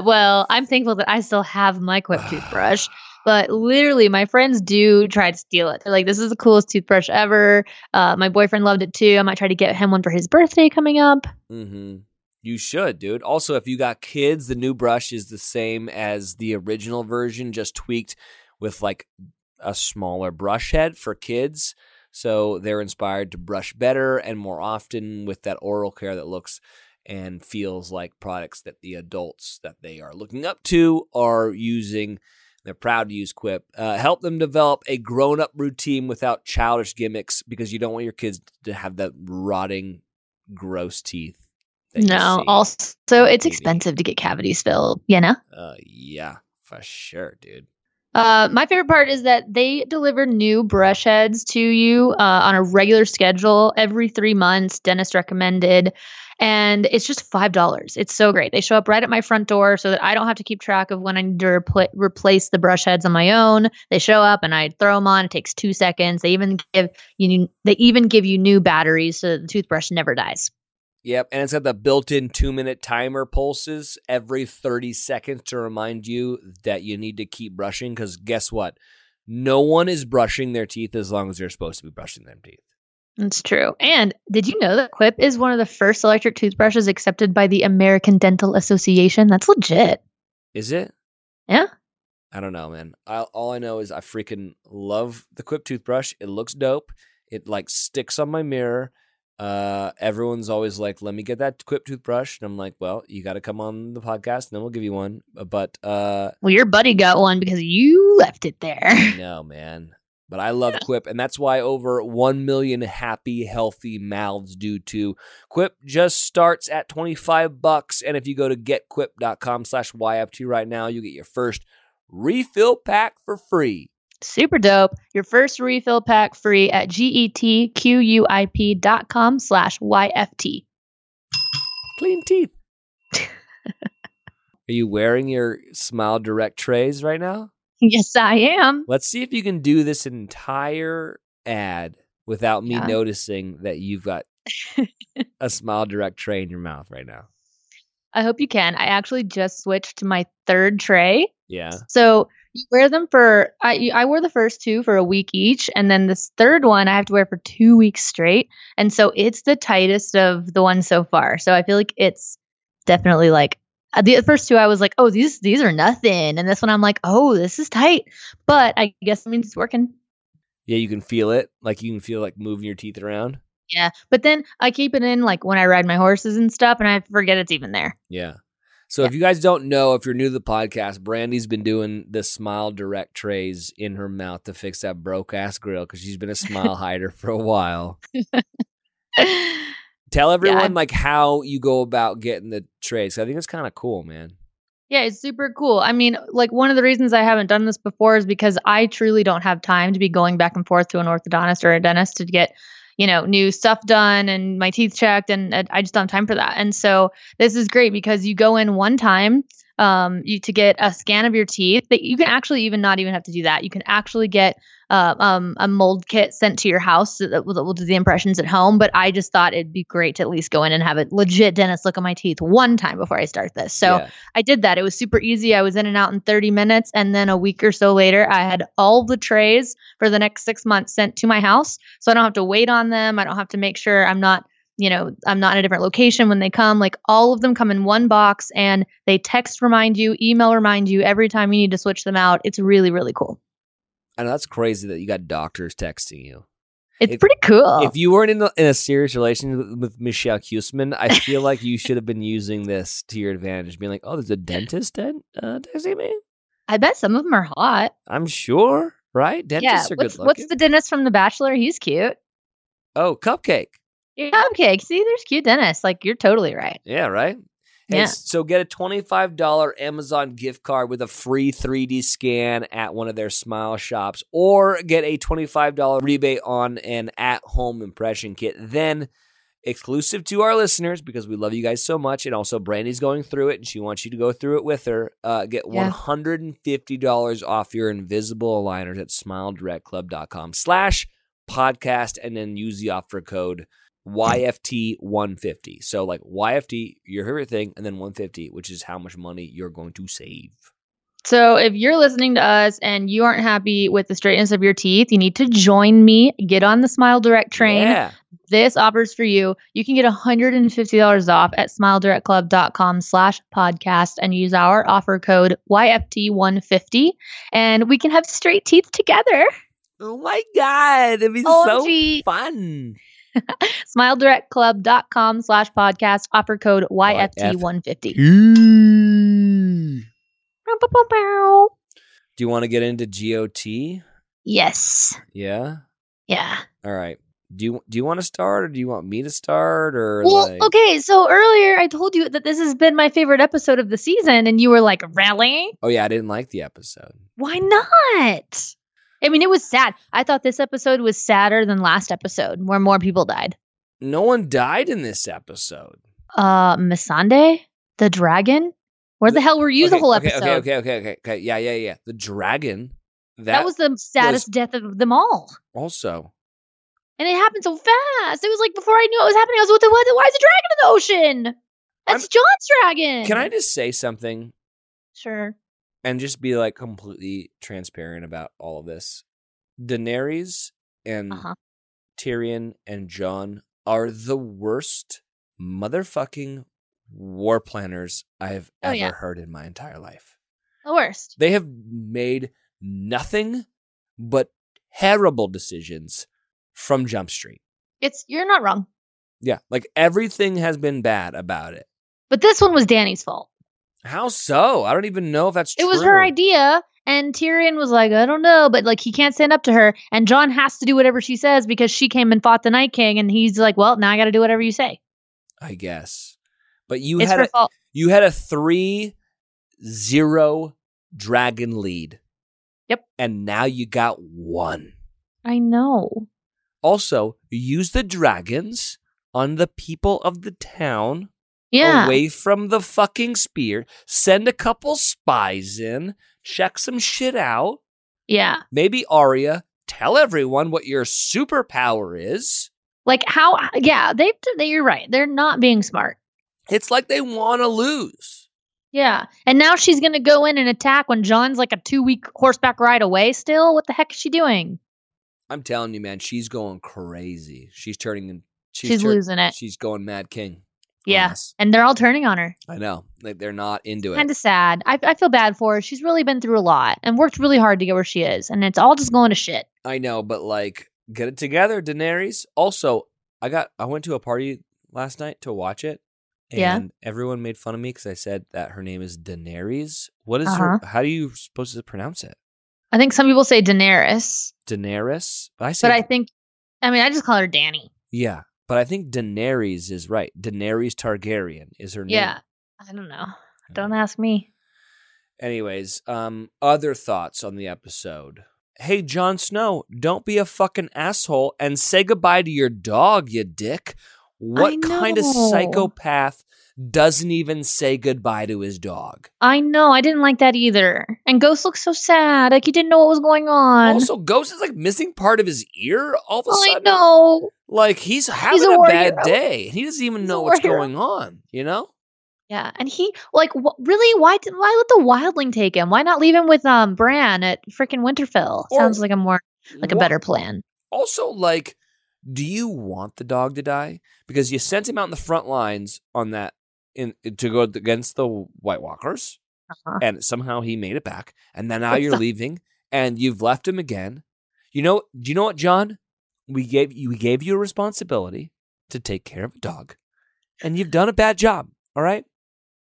Speaker 2: well, I'm thankful that I still
Speaker 1: [sighs]
Speaker 2: have my Quip toothbrush. But literally, my friends do try to steal it. They're like, "This is the coolest toothbrush ever." Uh, my boyfriend loved it too. I might try to get him one for his birthday coming up.
Speaker 1: Mm-hmm. You should, dude. Also, if you got kids, the new brush is the same as the original version, just tweaked with like a smaller brush head for kids. So they're inspired to brush better and more often with that oral care that looks and feels like products that the adults that they are looking up to are using. They're proud to use Quip. Uh, help them develop a grown up routine without childish gimmicks because you don't want your kids to have that rotting, gross teeth. that you
Speaker 2: No,
Speaker 1: see.
Speaker 2: also
Speaker 1: on
Speaker 2: it's
Speaker 1: TV.
Speaker 2: expensive to get cavities filled. You know.
Speaker 1: Uh, yeah, for sure, dude.
Speaker 2: Uh, my favorite part is that they deliver new brush heads to you uh, on a regular schedule every three months, dentist recommended. And it's just $5. It's so great. They show up right at my front door so that I don't have to keep track of when I need to repl- replace the brush heads on my own. They show up and I throw them on. It takes two seconds. They even give you they even give you new batteries so that the toothbrush never dies.
Speaker 1: Yep, and it's got the built-in two-minute timer pulses every 30 seconds to remind you that you need to keep brushing. Because guess what? No one is brushing their teeth as long as they're supposed to be brushing their teeth.
Speaker 2: That's true. And did you know that Quip is one of the first electric toothbrushes accepted by the American Dental Association? That's legit.
Speaker 1: Is it?
Speaker 2: Yeah.
Speaker 1: I don't know, man. I, all I know is I freaking love the Quip toothbrush. It looks dope. It like sticks on my mirror. Uh, everyone's always like, "Let me get that Quip toothbrush," and I'm like, "Well, you got to come on the podcast, and then we'll give you one." But uh,
Speaker 2: Well, your buddy got one because you left it there. [laughs]
Speaker 1: No, man. But I love Quip, and that's why over 1 million happy, healthy mouths do too. Quip just starts at 25 bucks, and if you go to getquip.com slash YFT right now, you get your first refill pack for free.
Speaker 2: Super dope. Your first refill pack free at E getquip dot com slash YFT.
Speaker 1: Clean teeth. Are you wearing your Smile Direct trays right now?
Speaker 2: [laughs] Yes, I am.
Speaker 1: Let's see if you can do this entire ad without me
Speaker 2: Yeah.
Speaker 1: noticing that you've got a Smile Direct tray in your mouth right now.
Speaker 2: I hope you can. I actually just switched to my third tray.
Speaker 1: Yeah.
Speaker 2: So you wear them for, I, you- I wore the first two for a week each. And then this third one I have to wear for two weeks straight. And so it's the tightest of the ones so far. So I feel like it's definitely like, uh, the first two I was like, oh, these these are nothing. And this one I'm like, oh, this is tight. But I guess it means it's working.
Speaker 1: Yeah, you can feel it. Like you can feel like moving your teeth around.
Speaker 2: Yeah. But then I keep it in like when I ride my horses and stuff and I forget it's even there. [laughs]
Speaker 1: Yeah. So if you guys don't know, if you're new to the podcast, Brandy's been doing the smile direct trays in her mouth to fix that broke ass grill because she's been a [laughs] smile hider for a while. Tell everyone
Speaker 2: I'm-
Speaker 1: like how you go about getting the trays. I think it's kind of cool, man.
Speaker 2: Yeah, it's super cool. I mean, like one of the reasons I haven't done this before is because I truly don't have time to be going back and forth to an orthodontist or a dentist to get, you know, new stuff done and my teeth checked, and and I just don't have time for that. And so this is great because you go in one time um, you to get a scan of your teeth. That you can actually even not even have to do that. You can actually get uh, um, a mold kit sent to your house so that will, that will do the impressions at home. But I just thought it'd be great to at least go in and have a legit dentist look at my teeth one time before I start this. So.
Speaker 1: Yeah.
Speaker 2: I did that. It was super easy. I was in and out in 30 minutes. And then a week or so later, I had all the trays for the next six months sent to my house. So I don't have to wait on them. I don't have to make sure I'm not, you know, I'm not in a different location when they come. Like all of them come in one box and they text remind you, email remind you every time you need to switch them out. It's really, really cool.
Speaker 1: I know that's crazy that you got doctors texting you.
Speaker 2: It's
Speaker 1: If-
Speaker 2: pretty cool.
Speaker 1: If you weren't in a, in a serious relationship with Michelle Huseman, I feel like [laughs] you should have been using this to your advantage, being like, "Oh, there's a dentist dent uh, texting me."
Speaker 2: I bet some of them are hot.
Speaker 1: I'm sure, right? Dentists are
Speaker 2: what's,
Speaker 1: good looking.
Speaker 2: what's the dentist from The Bachelor? He's cute.
Speaker 1: oh, cupcake.
Speaker 2: Okay, see, there's cute dentists. Like you're totally right.
Speaker 1: Yeah, right. Hey,
Speaker 2: Yeah.
Speaker 1: s- So get a twenty-five dollar Amazon gift card with a free 3D scan at one of their Smile shops, or get a twenty-five dollar rebate on an at-home impression kit. Then, exclusive to our listeners because we love you guys so much, and also Brandy's going through it and she wants you to go through it with her. Uh, get
Speaker 2: Yeah.
Speaker 1: one hundred and fifty dollars off your invisible aligners at SmileDirectClub.com/slash podcast, and then use the offer code YFT 150. So like YFT, your favorite thing, and then 150, which is how much money you're going to save.
Speaker 2: So if you're listening to us and you aren't happy with the straightness of your teeth, you need to join me. Get on the Smile Direct train.
Speaker 1: Yeah.
Speaker 2: This offer's for you. You can get $150 off at smiledirectclub.com slash podcast and use our offer code YFT150 and we can have straight teeth together.
Speaker 1: Oh my god, it'd be so
Speaker 2: OMG.
Speaker 1: fun.
Speaker 2: Smiledirectclub.com slash podcast offer code YFT150.
Speaker 1: Do
Speaker 2: Bow, bow, bow, bow.
Speaker 1: you want to get into GOT?
Speaker 2: Yes.
Speaker 1: Yeah.
Speaker 2: Yeah.
Speaker 1: All right. Do you do you want to start or do you want me to start or
Speaker 2: Well,
Speaker 1: like
Speaker 2: okay. So earlier I told you that this has been my favorite episode of the season, and you were like, really?
Speaker 1: Oh yeah, I didn't like the episode.
Speaker 2: Why not? I mean, it was sad. I thought this episode was sadder than last episode, where more people died.
Speaker 1: No one died in this episode.
Speaker 2: Uh, Masande, the dragon. Where the
Speaker 1: The-
Speaker 2: hell were you the
Speaker 1: Okay,
Speaker 2: whole
Speaker 1: okay,
Speaker 2: episode?
Speaker 1: Okay, okay, okay, okay, okay. Yeah, yeah, yeah. The dragon.
Speaker 2: That, was the saddest death of them all,
Speaker 1: also
Speaker 2: and it happened so fast. It was like before I knew it was happening. I was like, "What? the- Why is a dragon in the ocean? That's
Speaker 1: I'm-
Speaker 2: John's dragon."
Speaker 1: Can I just say something
Speaker 2: Sure.
Speaker 1: and just be like completely transparent about all of this? Daenerys and
Speaker 2: Uh-huh.
Speaker 1: Tyrion and John are the worst motherfucking war planners I've
Speaker 2: Oh,
Speaker 1: ever
Speaker 2: yeah.
Speaker 1: heard in my entire life.
Speaker 2: The worst.
Speaker 1: They have made nothing but terrible decisions from Jump Street.
Speaker 2: It's you're not wrong,
Speaker 1: Yeah, like everything has been bad about it.
Speaker 2: but this one was Danny's fault.
Speaker 1: How so? I don't even know if that's
Speaker 2: It was her
Speaker 1: true.
Speaker 2: idea, and Tyrion was like, I don't know, but like he can't stand up to her, and John has to do whatever she says because she came and fought the Night King, and he's like, well, now I got to do whatever you say.
Speaker 1: I guess. But you
Speaker 2: it's
Speaker 1: had
Speaker 2: her
Speaker 1: a,
Speaker 2: fault.
Speaker 1: You had a 3 0 dragon lead.
Speaker 2: Yep.
Speaker 1: And now you got one.
Speaker 2: I
Speaker 1: Oh,
Speaker 2: know.
Speaker 1: Also, use the dragons on the people of the town
Speaker 2: Yeah,
Speaker 1: away from the fucking spear. Send a couple spies in, check some shit out.
Speaker 2: yeah.
Speaker 1: Maybe Arya, tell everyone what your superpower is.
Speaker 2: Like how? Yeah, they. they you're right. They're not being smart.
Speaker 1: It's like they want to lose.
Speaker 2: Yeah, and now she's gonna go in and attack when John's like a two week horseback ride away. Still, what the heck is she doing?
Speaker 1: I'm telling you, man, she's going crazy. She's turning. She's,
Speaker 2: She's,
Speaker 1: tur-
Speaker 2: losing it.
Speaker 1: She's going Mad King. on
Speaker 2: yeah,
Speaker 1: us.
Speaker 2: and they're all turning on her.
Speaker 1: I know. Like they're not into it.
Speaker 2: kind of sad. I, I feel bad for her. She's really been through a lot and worked really hard to get where she is, and it's all just going to shit.
Speaker 1: I know, but like get it together, Daenerys. Also, I got I went to a party last night to watch it. And
Speaker 2: Yeah.
Speaker 1: everyone made fun of me because I said that her name is Daenerys. What is her
Speaker 2: Uh-huh.
Speaker 1: how do you supposed to pronounce it?
Speaker 2: I think some people say Daenerys,
Speaker 1: Daenerys? But I say
Speaker 2: but I think, I mean, I just call her Danny.
Speaker 1: Yeah. But I think Daenerys is right. Daenerys Targaryen is her name.
Speaker 2: Yeah, I don't know. Don't ask me.
Speaker 1: Anyways, um, other thoughts on the episode. Hey, Jon Snow, don't be a fucking asshole and say goodbye to your dog, you dick. What kind of
Speaker 2: know.
Speaker 1: psychopath doesn't even say goodbye to his dog?
Speaker 2: I know. I didn't like that either. And Ghost looks so sad. Like he didn't know what was going on.
Speaker 1: Also, Ghost is like missing part of his ear all of a
Speaker 2: I
Speaker 1: sudden.
Speaker 2: know.
Speaker 1: Like he's having
Speaker 2: a
Speaker 1: a,
Speaker 2: war
Speaker 1: bad
Speaker 2: hero.
Speaker 1: day. He doesn't even
Speaker 2: He's a
Speaker 1: know
Speaker 2: war
Speaker 1: what's
Speaker 2: hero.
Speaker 1: going on, you know?
Speaker 2: Yeah, and he like wh- really why did why let the wildling take him? Why not leave him with um Bran at freaking Winterfell?
Speaker 1: Or-
Speaker 2: Sounds like a more like a
Speaker 1: Wha-
Speaker 2: better plan.
Speaker 1: Also, like, do you want the dog to die? Because you sent him out in the front lines on that in to go against the White Walkers,
Speaker 2: Uh-huh.
Speaker 1: and somehow he made it back. And then now
Speaker 2: It's
Speaker 1: you're
Speaker 2: not-
Speaker 1: leaving, and you've left him again. You know? Do you know what, John? We gave you we gave you a responsibility to take care of a dog, and you've done a bad job. All right.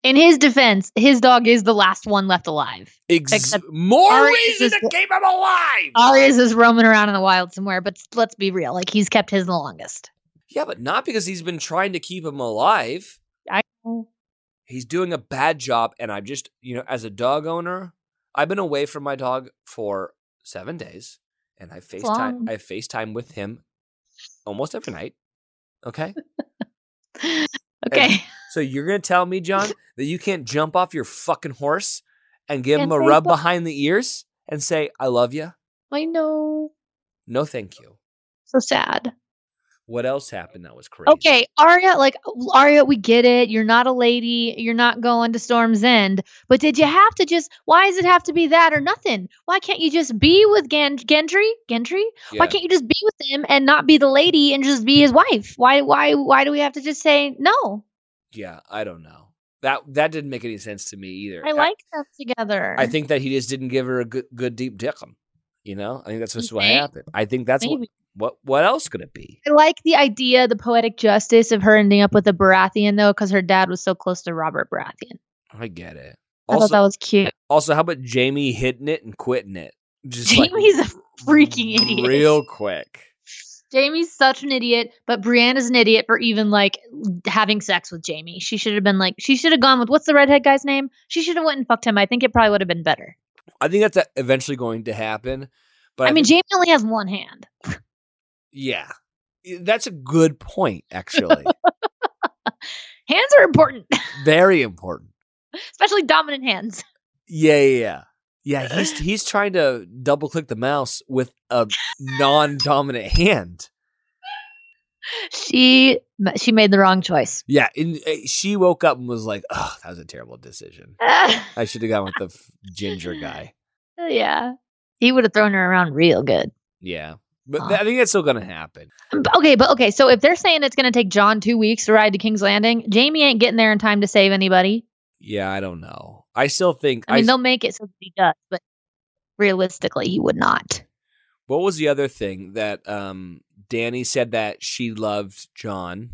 Speaker 2: In his defense, his dog is the last one left alive.
Speaker 1: Ex-
Speaker 2: Except Uh
Speaker 1: more
Speaker 2: Ari is
Speaker 1: reason to
Speaker 2: just-
Speaker 1: keep him alive.
Speaker 2: Arias is roaming around in the wild somewhere, but s- let's be real. Like, he's kept his the longest.
Speaker 1: yeah, but not because he's been trying to keep him alive.
Speaker 2: I know.
Speaker 1: He's doing a bad job, and I'm just you know, as a dog owner, I've been away from my dog for seven days, and I
Speaker 2: long.
Speaker 1: FaceTime I FaceTime with him almost every night. Okay.
Speaker 2: Okay.
Speaker 1: So you're gonna tell me, John, that you can't jump off your fucking horse and give
Speaker 2: And
Speaker 1: him a
Speaker 2: say,
Speaker 1: rub
Speaker 2: "Bu-
Speaker 1: behind the ears and say, "I love you."
Speaker 2: [laughs] I know.
Speaker 1: No, thank you.
Speaker 2: So sad.
Speaker 1: What else happened that was crazy?
Speaker 2: Okay, Arya, like Arya, we get it. You're not a lady. You're not going to Storm's End. But did you have to just? Why does it have to be that or nothing? Why can't you just be with Gen- Gendry? Gendry?
Speaker 1: Yeah.
Speaker 2: Why can't you just be with him and not be the lady and just be his wife? Why? Why? Why do we have to just say no?
Speaker 1: Yeah, I don't know. That that didn't make any sense to me either.
Speaker 2: I like them together.
Speaker 1: I think that he just didn't give her a good, good deep dickum. You know, I think that's just
Speaker 2: You
Speaker 1: what
Speaker 2: think?
Speaker 1: happened. I think that's what,
Speaker 2: Maybe.
Speaker 1: what what else could it be?
Speaker 2: I like the idea, the poetic justice of her ending up with a Baratheon though, because her dad was so close to Robert Baratheon.
Speaker 1: I get it.
Speaker 2: I
Speaker 1: Also,
Speaker 2: thought that was cute.
Speaker 1: also, how about Jamie hitting it and quitting
Speaker 2: [laughs]
Speaker 1: it? Just
Speaker 2: Jamie's a freaking idiot.
Speaker 1: real quick.
Speaker 2: Jamie's such an idiot, but Brianna's an idiot for even like having sex with Jamie. She should have been like, she should have gone with what's the redhead guy's name? She should have went and fucked him. I think it probably would have been better.
Speaker 1: I think that's uh, eventually going to happen. But
Speaker 2: I, mean,
Speaker 1: think-
Speaker 2: Jamie only has one hand.
Speaker 1: yeah, that's a good point. Actually,
Speaker 2: Hands are important, [laughs]
Speaker 1: very important.
Speaker 2: especially dominant hands.
Speaker 1: Yeah, yeah, yeah. Yeah,
Speaker 2: [laughs]
Speaker 1: he's he's trying to double click the mouse with a non-dominant hand.
Speaker 2: She she made the wrong choice. [sighs]
Speaker 1: Yeah, and uh, she woke up and was like, "Oh, that was a terrible decision. I should have gone with the f- ginger
Speaker 2: [laughs]
Speaker 1: guy."
Speaker 2: yeah, he would have thrown her around real good.
Speaker 1: Yeah, but th- I think that's still gonna happen.
Speaker 2: But- Okay, but okay. So if they're saying it's going to take John two weeks to ride to King's Landing, Jamie ain't getting there in time to save anybody.
Speaker 1: Yeah, I don't know. I still think.
Speaker 2: I mean,
Speaker 1: I-
Speaker 2: they'll make it so that he does, but realistically, he would not.
Speaker 1: what was the other thing that um Danny said that she loved John?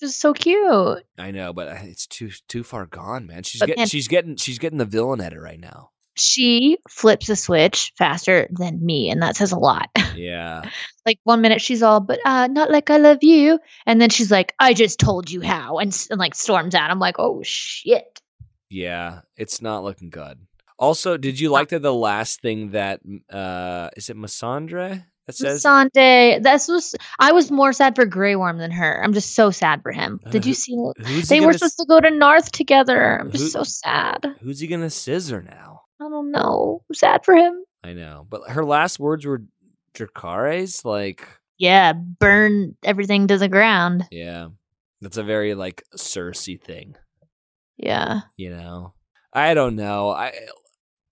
Speaker 2: This is so cute.
Speaker 1: I know, but I- it's too too far gone, man. She's
Speaker 2: But
Speaker 1: getting
Speaker 2: then-
Speaker 1: she's getting she's getting the villain at it right
Speaker 2: [laughs]
Speaker 1: now.
Speaker 2: She flips a switch faster than me, and that says a lot. [laughs]
Speaker 1: Yeah,
Speaker 2: like one minute she's all, but uh, not like I love you, and then she's like, I just told you how, and, s- and like storms out. I'm like, oh shit.
Speaker 1: yeah, it's not looking good. Also, did
Speaker 2: Uh
Speaker 1: you like that the last thing that uh is it Masandra that says
Speaker 2: Sante, this was I was more sad for Grey Worm than her. I'm just so sad for him.
Speaker 1: Uh,
Speaker 2: Did you
Speaker 1: who-
Speaker 2: see? it?
Speaker 1: who's he
Speaker 2: They were
Speaker 1: gonna s-
Speaker 2: supposed to go to Narth together. I'm
Speaker 1: Who-
Speaker 2: just so sad. I
Speaker 1: Who's he gonna scissor now?
Speaker 2: don't know. I'm sad for him.
Speaker 1: I know, but her last words were Dracare's. Like,
Speaker 2: Yeah, burn everything to the ground.
Speaker 1: yeah, that's a very like Cersei thing,
Speaker 2: Yeah.
Speaker 1: you know. I don't know. I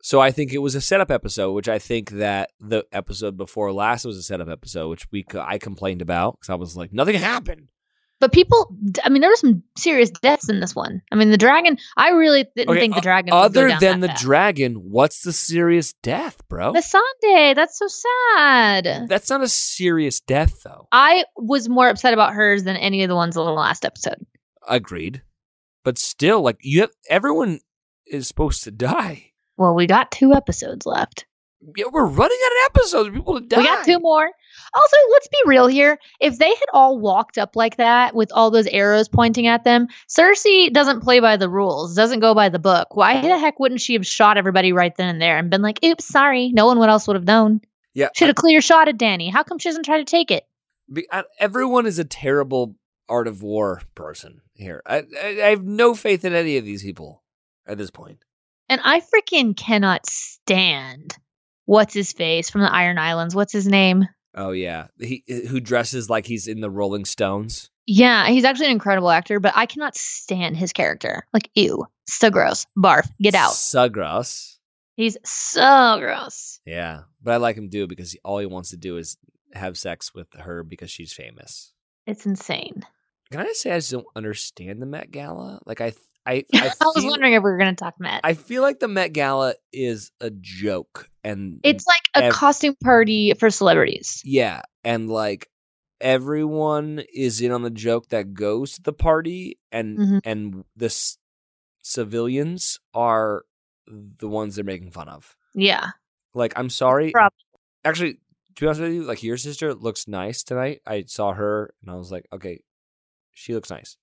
Speaker 1: so I think it was a setup episode, which I think that the episode before last was a setup episode, which we co- I complained about because I was like, nothing happened.
Speaker 2: But people, I mean, there were some serious deaths in this one. I mean, the dragon. I really didn't
Speaker 1: Okay,
Speaker 2: think the
Speaker 1: o-
Speaker 2: dragon. would go
Speaker 1: Other
Speaker 2: down
Speaker 1: than
Speaker 2: that
Speaker 1: the
Speaker 2: fast.
Speaker 1: dragon, what's the serious death, bro?
Speaker 2: the Sunday. That's so sad.
Speaker 1: That's not a serious death, though.
Speaker 2: I was more upset about hers than any of the ones in the last episode.
Speaker 1: Agreed, but still, like you have everyone is supposed to die.
Speaker 2: Well, we got two episodes left.
Speaker 1: Yeah, we're running out of episodes. People to die.
Speaker 2: We got two more. Also, let's be real here. If they had all walked up like that with all those arrows pointing at them, Cersei doesn't play by the rules, doesn't go by the book. Why the heck wouldn't she have shot everybody right then and there and been like, oops, sorry. No one else would have known.
Speaker 1: Yeah,
Speaker 2: Should have clear shot at Danny. How come she doesn't try to take it?
Speaker 1: be- I- everyone is a terrible art of war person here. I, I, I have no faith in any of these people at this point.
Speaker 2: And I freaking cannot stand what's his face from the Iron Islands. What's his name?
Speaker 1: Oh yeah, he who dresses like he's in the Rolling Stones.
Speaker 2: Yeah, he's actually an incredible actor, but I cannot stand his character. Like, ew, so gross. Barf, get out.
Speaker 1: Sugras.
Speaker 2: He's so gross.
Speaker 1: Yeah, but I like him too because he- all he wants to do is have sex with her because she's famous.
Speaker 2: It's insane. [laughs]
Speaker 1: Can I just say I just don't understand the Met Gala? Like I, th- I,
Speaker 2: [laughs] I,
Speaker 1: I,
Speaker 2: was
Speaker 1: feel-
Speaker 2: wondering if we were going to talk Matt.
Speaker 1: I feel like the Met Gala is a joke, and
Speaker 2: it's like a
Speaker 1: ev-
Speaker 2: costume party for celebrities.
Speaker 1: Yeah, and like everyone is in on the joke that goes to the party and
Speaker 2: Mhm.
Speaker 1: and the s- civilians are the ones they're making fun of.
Speaker 2: Yeah.
Speaker 1: Like I'm sorry.
Speaker 2: Prob-
Speaker 1: Actually, to be honest with you, like your sister looks nice tonight. I saw her and I was like, okay, she looks nice.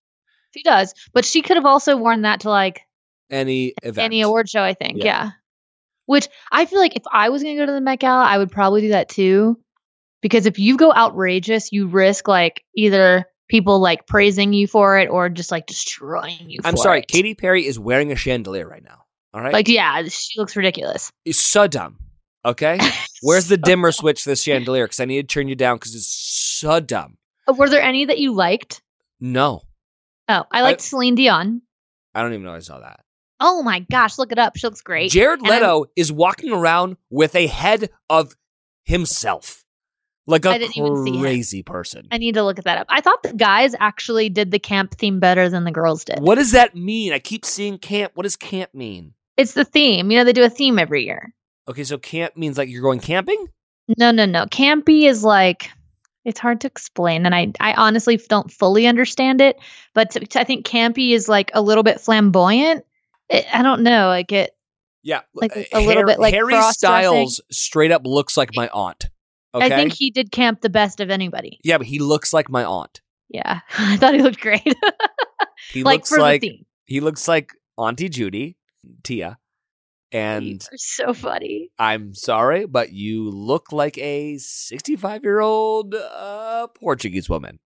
Speaker 2: She does. But she could have also worn that to like
Speaker 1: Any event.
Speaker 2: any award show, I think.
Speaker 1: Yeah.
Speaker 2: Yeah. Which I feel like if I was going to go to the Met Gala, I would probably do that too. Because if you go outrageous, you risk like either people like praising you for it or just like destroying you
Speaker 1: I'm
Speaker 2: for
Speaker 1: sorry,
Speaker 2: it.
Speaker 1: Katy Perry is wearing a chandelier right now. All right,
Speaker 2: Like, yeah, she looks ridiculous. [laughs]
Speaker 1: it's so dumb. Okay, where's the dimmer switch? for This chandelier, because I need to turn you down because it's so dumb.
Speaker 2: Uh, Were there any that you liked?
Speaker 1: No,
Speaker 2: Oh, I liked Celine Dion.
Speaker 1: I don't even know I saw that.
Speaker 2: Oh my gosh, look it up. She looks great.
Speaker 1: Jared
Speaker 2: And I'm-
Speaker 1: Leto is walking around with a head of himself, like
Speaker 2: I
Speaker 1: a
Speaker 2: didn't even see him.
Speaker 1: crazy person.
Speaker 2: I need to look that up. I thought the guys actually did the camp theme better than the girls did.
Speaker 1: What does that mean? I keep seeing camp. What does camp mean?
Speaker 2: It's the theme. You know, they do a theme every year.
Speaker 1: Okay, so camp means like you're going camping.
Speaker 2: No, no, no. Campy is like it's hard to explain, and I I honestly don't fully understand it. But t- t- I think campy is like a little bit flamboyant. It, I don't know. Like it.
Speaker 1: Yeah,
Speaker 2: Like,
Speaker 1: uh,
Speaker 2: a little bit like
Speaker 1: Harry
Speaker 2: cross-dressing.
Speaker 1: Styles straight up looks like my aunt. Okay,
Speaker 2: I think he did camp the best of anybody.
Speaker 1: yeah, but he looks like my aunt.
Speaker 2: Yeah, [laughs] I thought he looked great.
Speaker 1: He
Speaker 2: [laughs] like
Speaker 1: looks
Speaker 2: for
Speaker 1: like
Speaker 2: the theme.
Speaker 1: he looks like Auntie Judy, Tia,
Speaker 2: You
Speaker 1: and
Speaker 2: are so funny.
Speaker 1: I'm sorry, but you look like a 65 year old uh, Portuguese woman.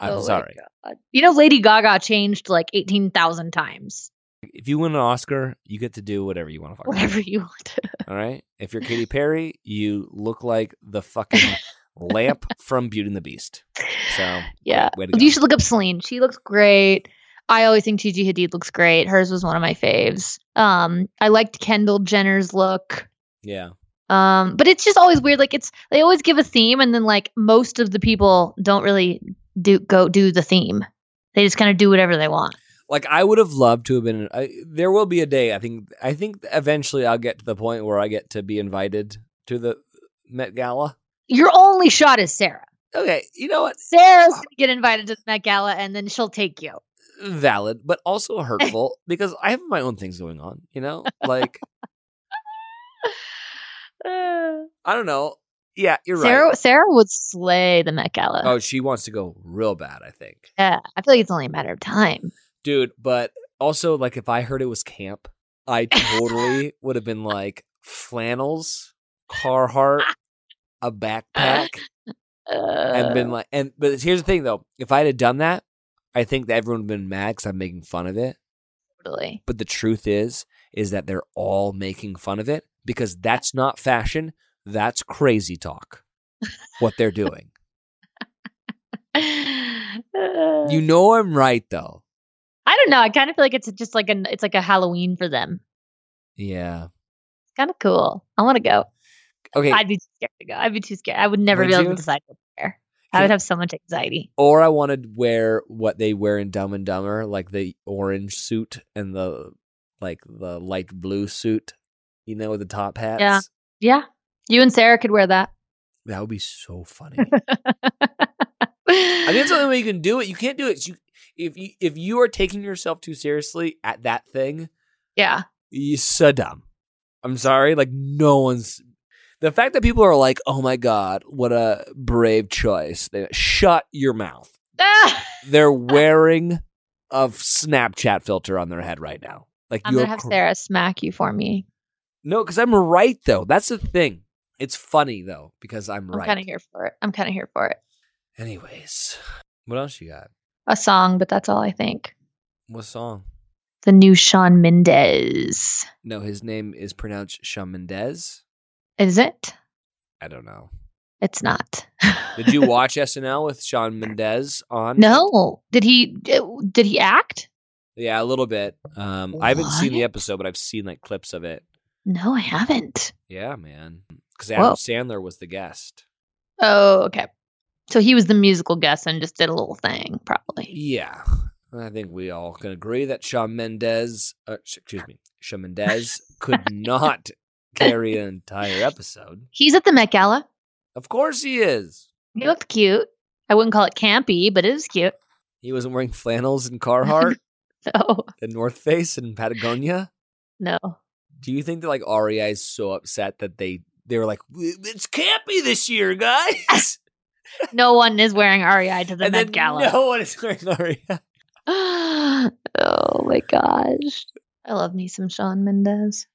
Speaker 1: I'm
Speaker 2: Oh my
Speaker 1: sorry.
Speaker 2: God. You know, Lady Gaga changed like eighteen thousand times. [laughs]
Speaker 1: If you win an Oscar, you get to do whatever you want to fucking.
Speaker 2: Whatever you [laughs] want.
Speaker 1: do, All right. If you're Katy Perry, you look like the fucking lamp from Beauty and the Beast. So
Speaker 2: [laughs] Yeah.
Speaker 1: way to
Speaker 2: You
Speaker 1: go.
Speaker 2: should look up Celine. She looks great. I always think Gigi Hadid looks great. Hers was one of my faves. Um, I liked Kendall Jenner's look.
Speaker 1: yeah.
Speaker 2: Um, but it's just always weird. Like it's they always give a theme, and then like most of the people don't really do go do the theme. They just kind of do whatever they want.
Speaker 1: like I would have loved to have been. I, there will be a day. I think. I think eventually I'll get to the point where I get to be invited to the Met Gala.
Speaker 2: Your only shot is Sarah.
Speaker 1: Okay, you know what?
Speaker 2: Sarah's gonna get invited to the Met Gala, and then she'll take
Speaker 1: [sighs]
Speaker 2: you.
Speaker 1: Valid, but also hurtful because I have my own things going on. You know, like
Speaker 2: Uh,
Speaker 1: I don't know. Yeah, you're
Speaker 2: Sarah
Speaker 1: right.
Speaker 2: Sarah would slay the Met Gala.
Speaker 1: Oh, she wants to go real bad. I think,
Speaker 2: Yeah, I feel like it's only a matter of time.
Speaker 1: dude. But also, like, if I heard it was camp, I totally would have been like flannels, Carhartt, a backpack.
Speaker 2: Uh,
Speaker 1: and been like, and but here's the thing though, if I had done that, I think that everyone would have been mad because I'm making fun of it.
Speaker 2: Uh, totally.
Speaker 1: But the truth is, is that they're all making fun of it because that's not fashion. That's crazy talk. What they're doing. you know I'm right though.
Speaker 2: I don't know. I kind of feel like it's just like an it's like a Halloween for them.
Speaker 1: Yeah.
Speaker 2: It's kind of cool. I want to go.
Speaker 1: Okay.
Speaker 2: I'd be too scared to go. I'd be too scared. I would never
Speaker 1: Would
Speaker 2: be able
Speaker 1: you?
Speaker 2: to decide what to wear.
Speaker 1: Can-
Speaker 2: I would have so much anxiety.
Speaker 1: or I want to wear what they wear in Dumb and Dumber, like the orange suit and the like the light blue suit, you know, with the top hats.
Speaker 2: Yeah. Yeah, you and Sarah could wear that.
Speaker 1: That would be so funny. I think that's the only way you can do it. You can't do it. You, if you if you are taking yourself too seriously at that thing,
Speaker 2: [laughs] yeah,
Speaker 1: you're so dumb. I'm sorry. Like no one's the fact that people are like, oh my god, what a brave choice. They, shut your mouth. [laughs]
Speaker 2: Ah!
Speaker 1: They're wearing a Snapchat filter on their head right now. Like
Speaker 2: I'm
Speaker 1: you're
Speaker 2: gonna have
Speaker 1: cr-
Speaker 2: Sarah smack you for me.
Speaker 1: no, because I'm right though. That's the thing. It's funny though because I'm
Speaker 2: I'm
Speaker 1: right.
Speaker 2: kind of here for it. I'm kind of here for it.
Speaker 1: Anyways, what else you got?
Speaker 2: A song, but that's all I think.
Speaker 1: What song?
Speaker 2: The new Sean Mendez.
Speaker 1: No, his name is pronounced Shamendez.
Speaker 2: Is it?
Speaker 1: I don't know.
Speaker 2: It's not.
Speaker 1: Did
Speaker 2: [laughs]
Speaker 1: you watch SNL with Sean Mendez on?
Speaker 2: No. Did he eh, did he act?
Speaker 1: Yeah, a little bit. Um, I haven't seen the
Speaker 2: What?
Speaker 1: episode, but I've seen like clips of it.
Speaker 2: No, I haven't.
Speaker 1: Yeah, man. Because Adam
Speaker 2: Whoa.
Speaker 1: Sandler was the guest.
Speaker 2: Oh, okay. So he was the musical guest and just did a little thing, probably.
Speaker 1: Yeah, I think we all can agree that Sean Mendez, uh, sh- excuse me, Sean
Speaker 2: [laughs]
Speaker 1: Mendez could not carry an entire episode.
Speaker 2: He's at the Met Gala.
Speaker 1: Of course, he is.
Speaker 2: He looked cute. I wouldn't call it campy, but it was cute. [laughs]
Speaker 1: He wasn't wearing flannels and Carhartt
Speaker 2: Oh
Speaker 1: and North Face and Patagonia.
Speaker 2: no,
Speaker 1: Do you think that like REI is so upset that they they were like, it's campy this year, guys?
Speaker 2: no one is wearing REI to [laughs] the
Speaker 1: and then
Speaker 2: Met Gala.
Speaker 1: no one is wearing E REI.
Speaker 2: [gasps] oh my gosh, I love me some Sean Mendez.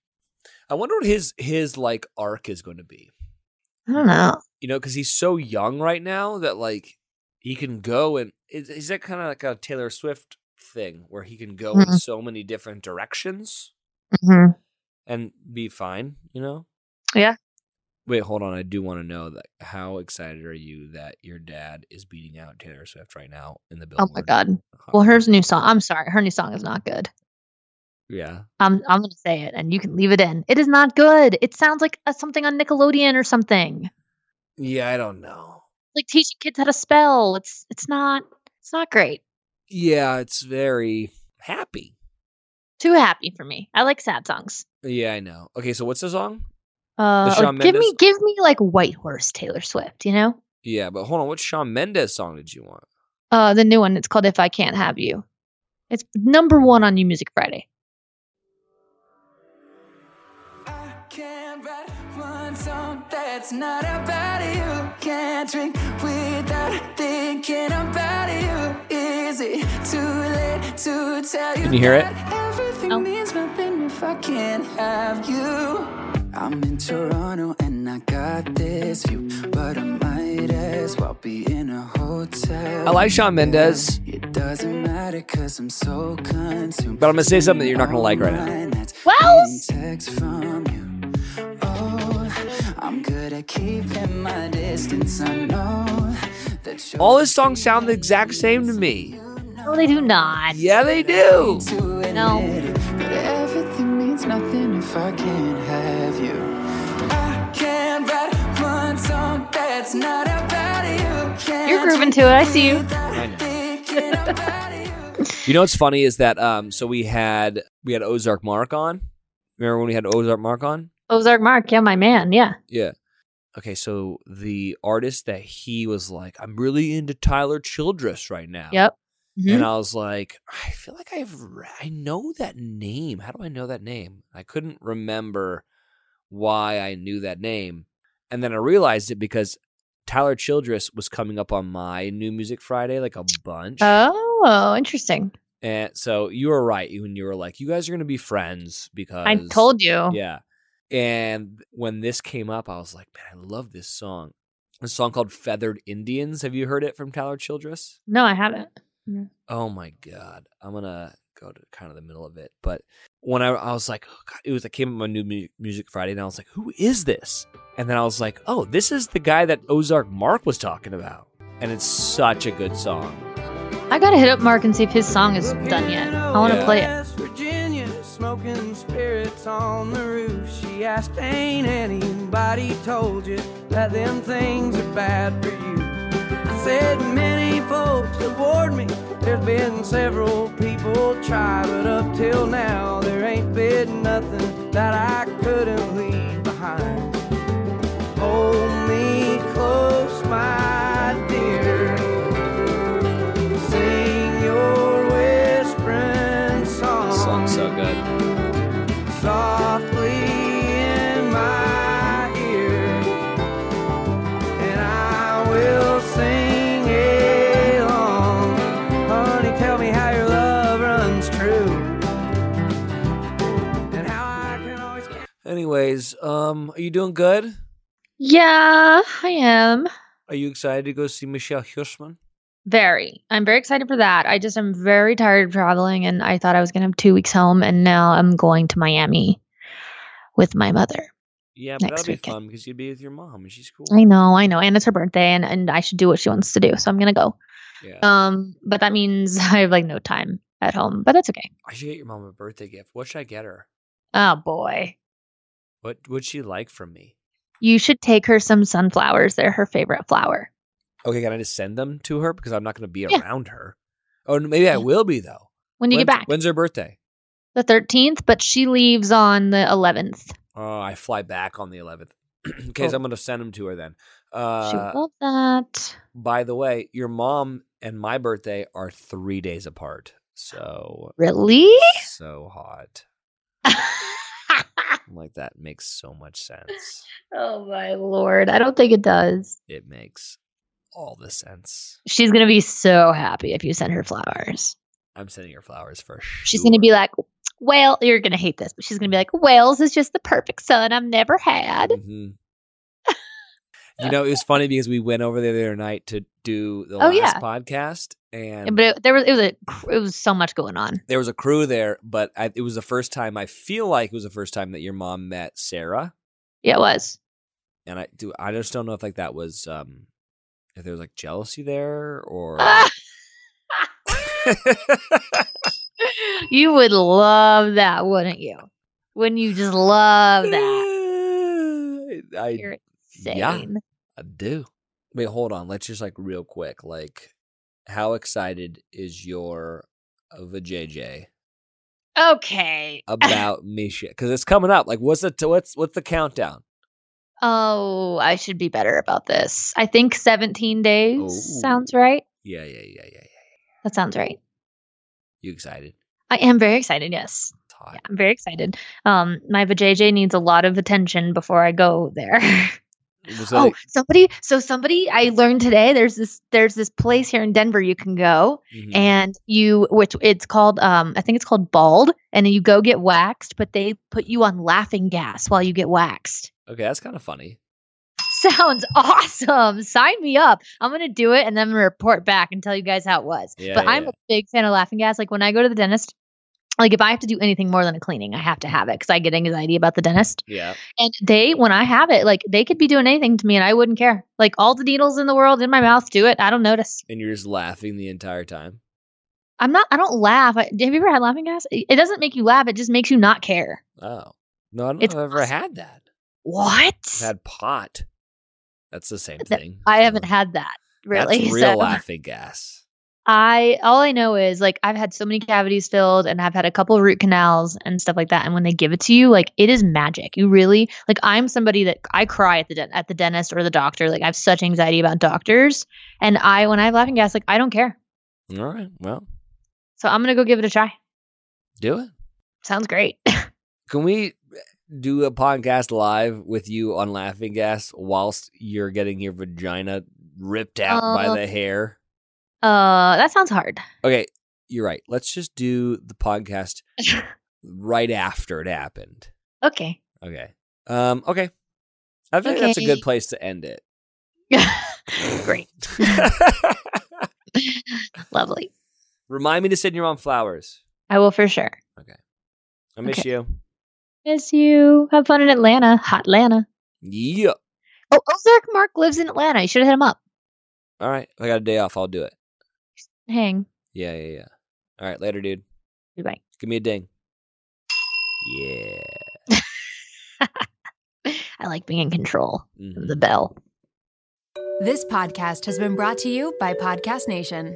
Speaker 1: I wonder what his his like arc is going to be.
Speaker 2: I don't know.
Speaker 1: You know, because he's so young right now that like he can go and is, is that kind of like a Taylor Swift thing where he can go in
Speaker 2: Mhm.
Speaker 1: so many different directions
Speaker 2: Mm-hmm.
Speaker 1: and be fine. You know.
Speaker 2: Yeah.
Speaker 1: Wait, hold on. I do want to know that how excited are you that your dad is beating out Taylor Swift right now in the
Speaker 2: Oh
Speaker 1: Billboard?
Speaker 2: my god.
Speaker 1: Hot
Speaker 2: Well, her
Speaker 1: 100?
Speaker 2: new song. I'm sorry, her new song is not good.
Speaker 1: Yeah.
Speaker 2: I'm I'm gonna say it, and you can leave it in. It is not good. It sounds like a, something on Nickelodeon or something.
Speaker 1: Yeah, I don't know.
Speaker 2: like teaching kids how to spell. It's it's not it's not great.
Speaker 1: Yeah, it's very happy.
Speaker 2: Too happy for me. I like sad songs.
Speaker 1: Yeah, I know. Okay, so what's the song?
Speaker 2: Uh,
Speaker 1: Shawn
Speaker 2: like, give me
Speaker 1: Mendes-
Speaker 2: give me like White Horse Taylor Swift. You know,
Speaker 1: Yeah, but hold on. What Shawn Mendes song did you want?
Speaker 2: uh, the new one. It's called If I Can't Have You. It's number one on New Music Friday.
Speaker 3: I can't write one song that's not about you. Can't drink without thinking about you. Is it too late to tell you?
Speaker 1: Can you hear it?
Speaker 3: that Everything
Speaker 2: No.
Speaker 3: means nothing if I can't have you. I'm in Toronto and I got this view, but I might as well be in a hotel.
Speaker 1: I like Shawn Mendes.
Speaker 3: It doesn't matter because I'm so consumed.
Speaker 1: But I'm gonna say something that you're not gonna like right now.
Speaker 2: Wells?
Speaker 3: Text from you. Oh, I'm good at keeping my distance. I know that you're
Speaker 1: All his songs sound the exact same to me.
Speaker 2: No, they do not.
Speaker 1: Yeah, they do.
Speaker 3: to admit
Speaker 2: No.
Speaker 3: it, but everything means nothing if I can't have you. I can't write one song that's not about you. Can't
Speaker 2: You're grooving to it. I see you.
Speaker 1: I know.
Speaker 3: thinking about you.
Speaker 1: You know what's funny is that um, so we had we had Ozark Mark on. Remember when we had Ozark Mark on?
Speaker 2: Ozark Mark, yeah, my man, yeah.
Speaker 1: Yeah. Okay, so the artist that he was like, I'm really into Tyler Childress right now.
Speaker 2: Yep. Mhm.
Speaker 1: And I was like, I feel like I've re- I know that name. How do I know that name? I couldn't remember why I knew that name. And then I realized it because Tyler Childress was coming up on my New Music Friday like a bunch.
Speaker 2: Oh, interesting.
Speaker 1: and so you were right when you were like, you guys are going to be friends because
Speaker 2: I told you.
Speaker 1: Yeah. And when this came up, I was like, man, I love this song. A song called Feathered Indians. Have you heard it from Tyler Childress?
Speaker 2: No, I haven't.
Speaker 1: oh my god i'm gonna go to kind of the middle of it but when i, I was like oh god, it was i came up on new Mu- music friday and i was like who is this and then i was like oh this is the guy that ozark mark was talking about and it's such a good song
Speaker 2: I gotta hit up Mark and see if his song is done yet. I want to
Speaker 1: Yeah.
Speaker 2: play it.
Speaker 3: West Virginia, smoking spirits on the roof. She asked, Ain't anybody told you that them things are bad for you? I said, Many folks have warned me. There's been several people try, but up till now, there ain't been nothing that I couldn't leave behind. Hold me close, my dear. Sing your whispering song
Speaker 1: this song's so good
Speaker 3: softly in my ear, and I will sing along. Honey, tell me how your love runs true, and how I can always. count-
Speaker 1: anyways um are you doing good
Speaker 2: Yeah, I am.
Speaker 1: are you excited to go see michelle hirschman
Speaker 2: Very. I'm very excited for that. I just am very tired of traveling and I thought I was going to have 2 weeks home and now I'm going to Miami with my mother.
Speaker 1: yeah but
Speaker 2: Next
Speaker 1: that'll be
Speaker 2: weekend.
Speaker 1: fun because you'd be with your mom and she's cool
Speaker 2: I know, I know. And it's her birthday and and I should do what she wants to do. So I'm going to go.
Speaker 1: yeah
Speaker 2: Um but that means [laughs] I have like no time at home, but that's okay.
Speaker 1: i should get your mom a birthday gift what should i get her
Speaker 2: Oh boy.
Speaker 1: what would she like from me
Speaker 2: You should take her some sunflowers. They're her favorite flower.
Speaker 1: Okay, can I just send them to her because I'm not going to be
Speaker 2: Yeah.
Speaker 1: around her? Oh, n- maybe I
Speaker 2: Yeah.
Speaker 1: will be though.
Speaker 2: When do you
Speaker 1: When's-
Speaker 2: get back?
Speaker 1: When's her birthday?
Speaker 2: The 13th, but she leaves on the 11th.
Speaker 1: Oh, I fly back on the 11th. okay, so [clears throat]
Speaker 2: Oh.
Speaker 1: I'm going to send them to her then.
Speaker 2: she
Speaker 1: Uh,
Speaker 2: would love that.
Speaker 1: by the way, your mom and my birthday are three days apart.
Speaker 2: [laughs]
Speaker 1: So
Speaker 2: Really?
Speaker 1: so hot. I'm like that makes so much sense.
Speaker 2: oh my lord. I don't think it does.
Speaker 1: It makes all the sense.
Speaker 2: She's going to be so happy if you send her flowers.
Speaker 1: I'm sending her flowers for
Speaker 2: She's going to be
Speaker 1: sure.
Speaker 2: like, well, you're going to hate this, but she's going to be like, Wales is just the perfect son I've never had. [laughs]
Speaker 1: Mhm. you know, it was funny because we went over there the other night to do the
Speaker 2: Oh,
Speaker 1: last
Speaker 2: yeah.
Speaker 1: podcast, and
Speaker 2: But it, there was it was a cr- it was so much going on.
Speaker 1: there was a crew there. But I, it was the first time I feel like it was the first time that your mom met Sarah,
Speaker 2: Yeah, it was.
Speaker 1: and I do. I just don't know if like that was um if there was like jealousy there
Speaker 2: [laughs]
Speaker 1: or. [laughs]
Speaker 2: you would love that, wouldn't you? Wouldn't you just love
Speaker 1: [laughs]
Speaker 2: that?
Speaker 1: I
Speaker 2: You're insane.
Speaker 1: yeah. I do. Wait, hold on. Let's just like real quick. Like, how excited is your uh, vajayjay
Speaker 2: Okay. [laughs]
Speaker 1: about Misha? Because it's coming up. Like, what's the t- what's what's the countdown?
Speaker 2: Oh, I should be better about this. I think 17 days
Speaker 1: Ooh.
Speaker 2: sounds right.
Speaker 1: Yeah, yeah, yeah, yeah, yeah.
Speaker 2: That sounds right.
Speaker 1: You excited?
Speaker 2: I am very excited. Yes.
Speaker 1: It's hot.
Speaker 2: Yeah, I'm very excited. Um, my vajayjay needs a lot of attention before I go there. [laughs]
Speaker 1: Was
Speaker 2: oh,
Speaker 1: like-
Speaker 2: somebody. So somebody I learned today. There's this. There's this place here in Denver you can go,
Speaker 1: mhm.
Speaker 2: and you which it's called. Um, I think it's called Bald, and you go get waxed, but they put you on laughing gas while you get waxed.
Speaker 1: okay, that's kind of funny.
Speaker 2: [laughs] Sounds awesome. Sign me up. I'm going to do it and then I'm gonna report back and tell you guys how it was.
Speaker 1: Yeah,
Speaker 2: but
Speaker 1: yeah,
Speaker 2: I'm
Speaker 1: yeah.
Speaker 2: a big fan of laughing gas. Like when I go to the dentist, like if I have to do anything more than a cleaning, I have to have it because I get anxiety about the dentist.
Speaker 1: Yeah.
Speaker 2: And they, when I have it, like they could be doing anything to me and I wouldn't care. Like all the needles in the world in my mouth, do it. I don't notice.
Speaker 1: And you're just laughing the entire time.
Speaker 2: I'm not, I don't laugh. I, have you ever had laughing gas? It it doesn't make you laugh. It just makes you not care.
Speaker 1: Oh no, I don't know
Speaker 2: It's
Speaker 1: if I've ever
Speaker 2: awesome.
Speaker 1: had that.
Speaker 2: What?
Speaker 1: I've had pot. That's the same
Speaker 2: That-
Speaker 1: thing.
Speaker 2: I
Speaker 1: so
Speaker 2: haven't had that really. [laughs]
Speaker 1: That's real
Speaker 2: so-
Speaker 1: laughing gas.
Speaker 2: I all I know is like I've had so many cavities filled and I've had a couple root canals and stuff like that. And when they give it to you, like it is magic. You really like I'm somebody that I cry at the den- at the dentist or the doctor. Like I have such anxiety about doctors, and I when I have laughing gas, like I don't care.
Speaker 1: All right. Well,
Speaker 2: So I'm gonna go give it a try.
Speaker 1: do it.
Speaker 2: Sounds great. [laughs]
Speaker 1: Can we eh, do a podcast live with you on laughing gas whilst you're getting your vagina ripped out by
Speaker 2: Uh,
Speaker 1: the hair?
Speaker 2: Uh, that sounds hard.
Speaker 1: Okay, you're right. Let's just do the
Speaker 2: [laughs]
Speaker 1: podcast right after it happened.
Speaker 2: Okay. [laughs]
Speaker 1: Okay. Um. Okay. I think that's a good
Speaker 2: Okay.
Speaker 1: place to end it.
Speaker 2: [laughs] Great. Lovely.
Speaker 1: [laughs] Remind me to send your mom flowers.
Speaker 2: I will for sure.
Speaker 1: I miss
Speaker 2: Okay.
Speaker 1: you.
Speaker 2: Miss you. Have fun in Atlanta. Hot Atlanta.
Speaker 1: Yeah.
Speaker 2: Oh, Ozark Mark lives in Atlanta. You should have hit him up.
Speaker 1: All right. I got a day off. I'll do it.
Speaker 2: Hang.
Speaker 1: Yeah. Yeah. Yeah. All right. Later, dude.
Speaker 2: Goodbye.
Speaker 1: Give me a ding. Yeah.
Speaker 2: I like being in control
Speaker 1: Mhm.
Speaker 2: of the bell.
Speaker 4: This podcast has been brought to you by Podcast Nation.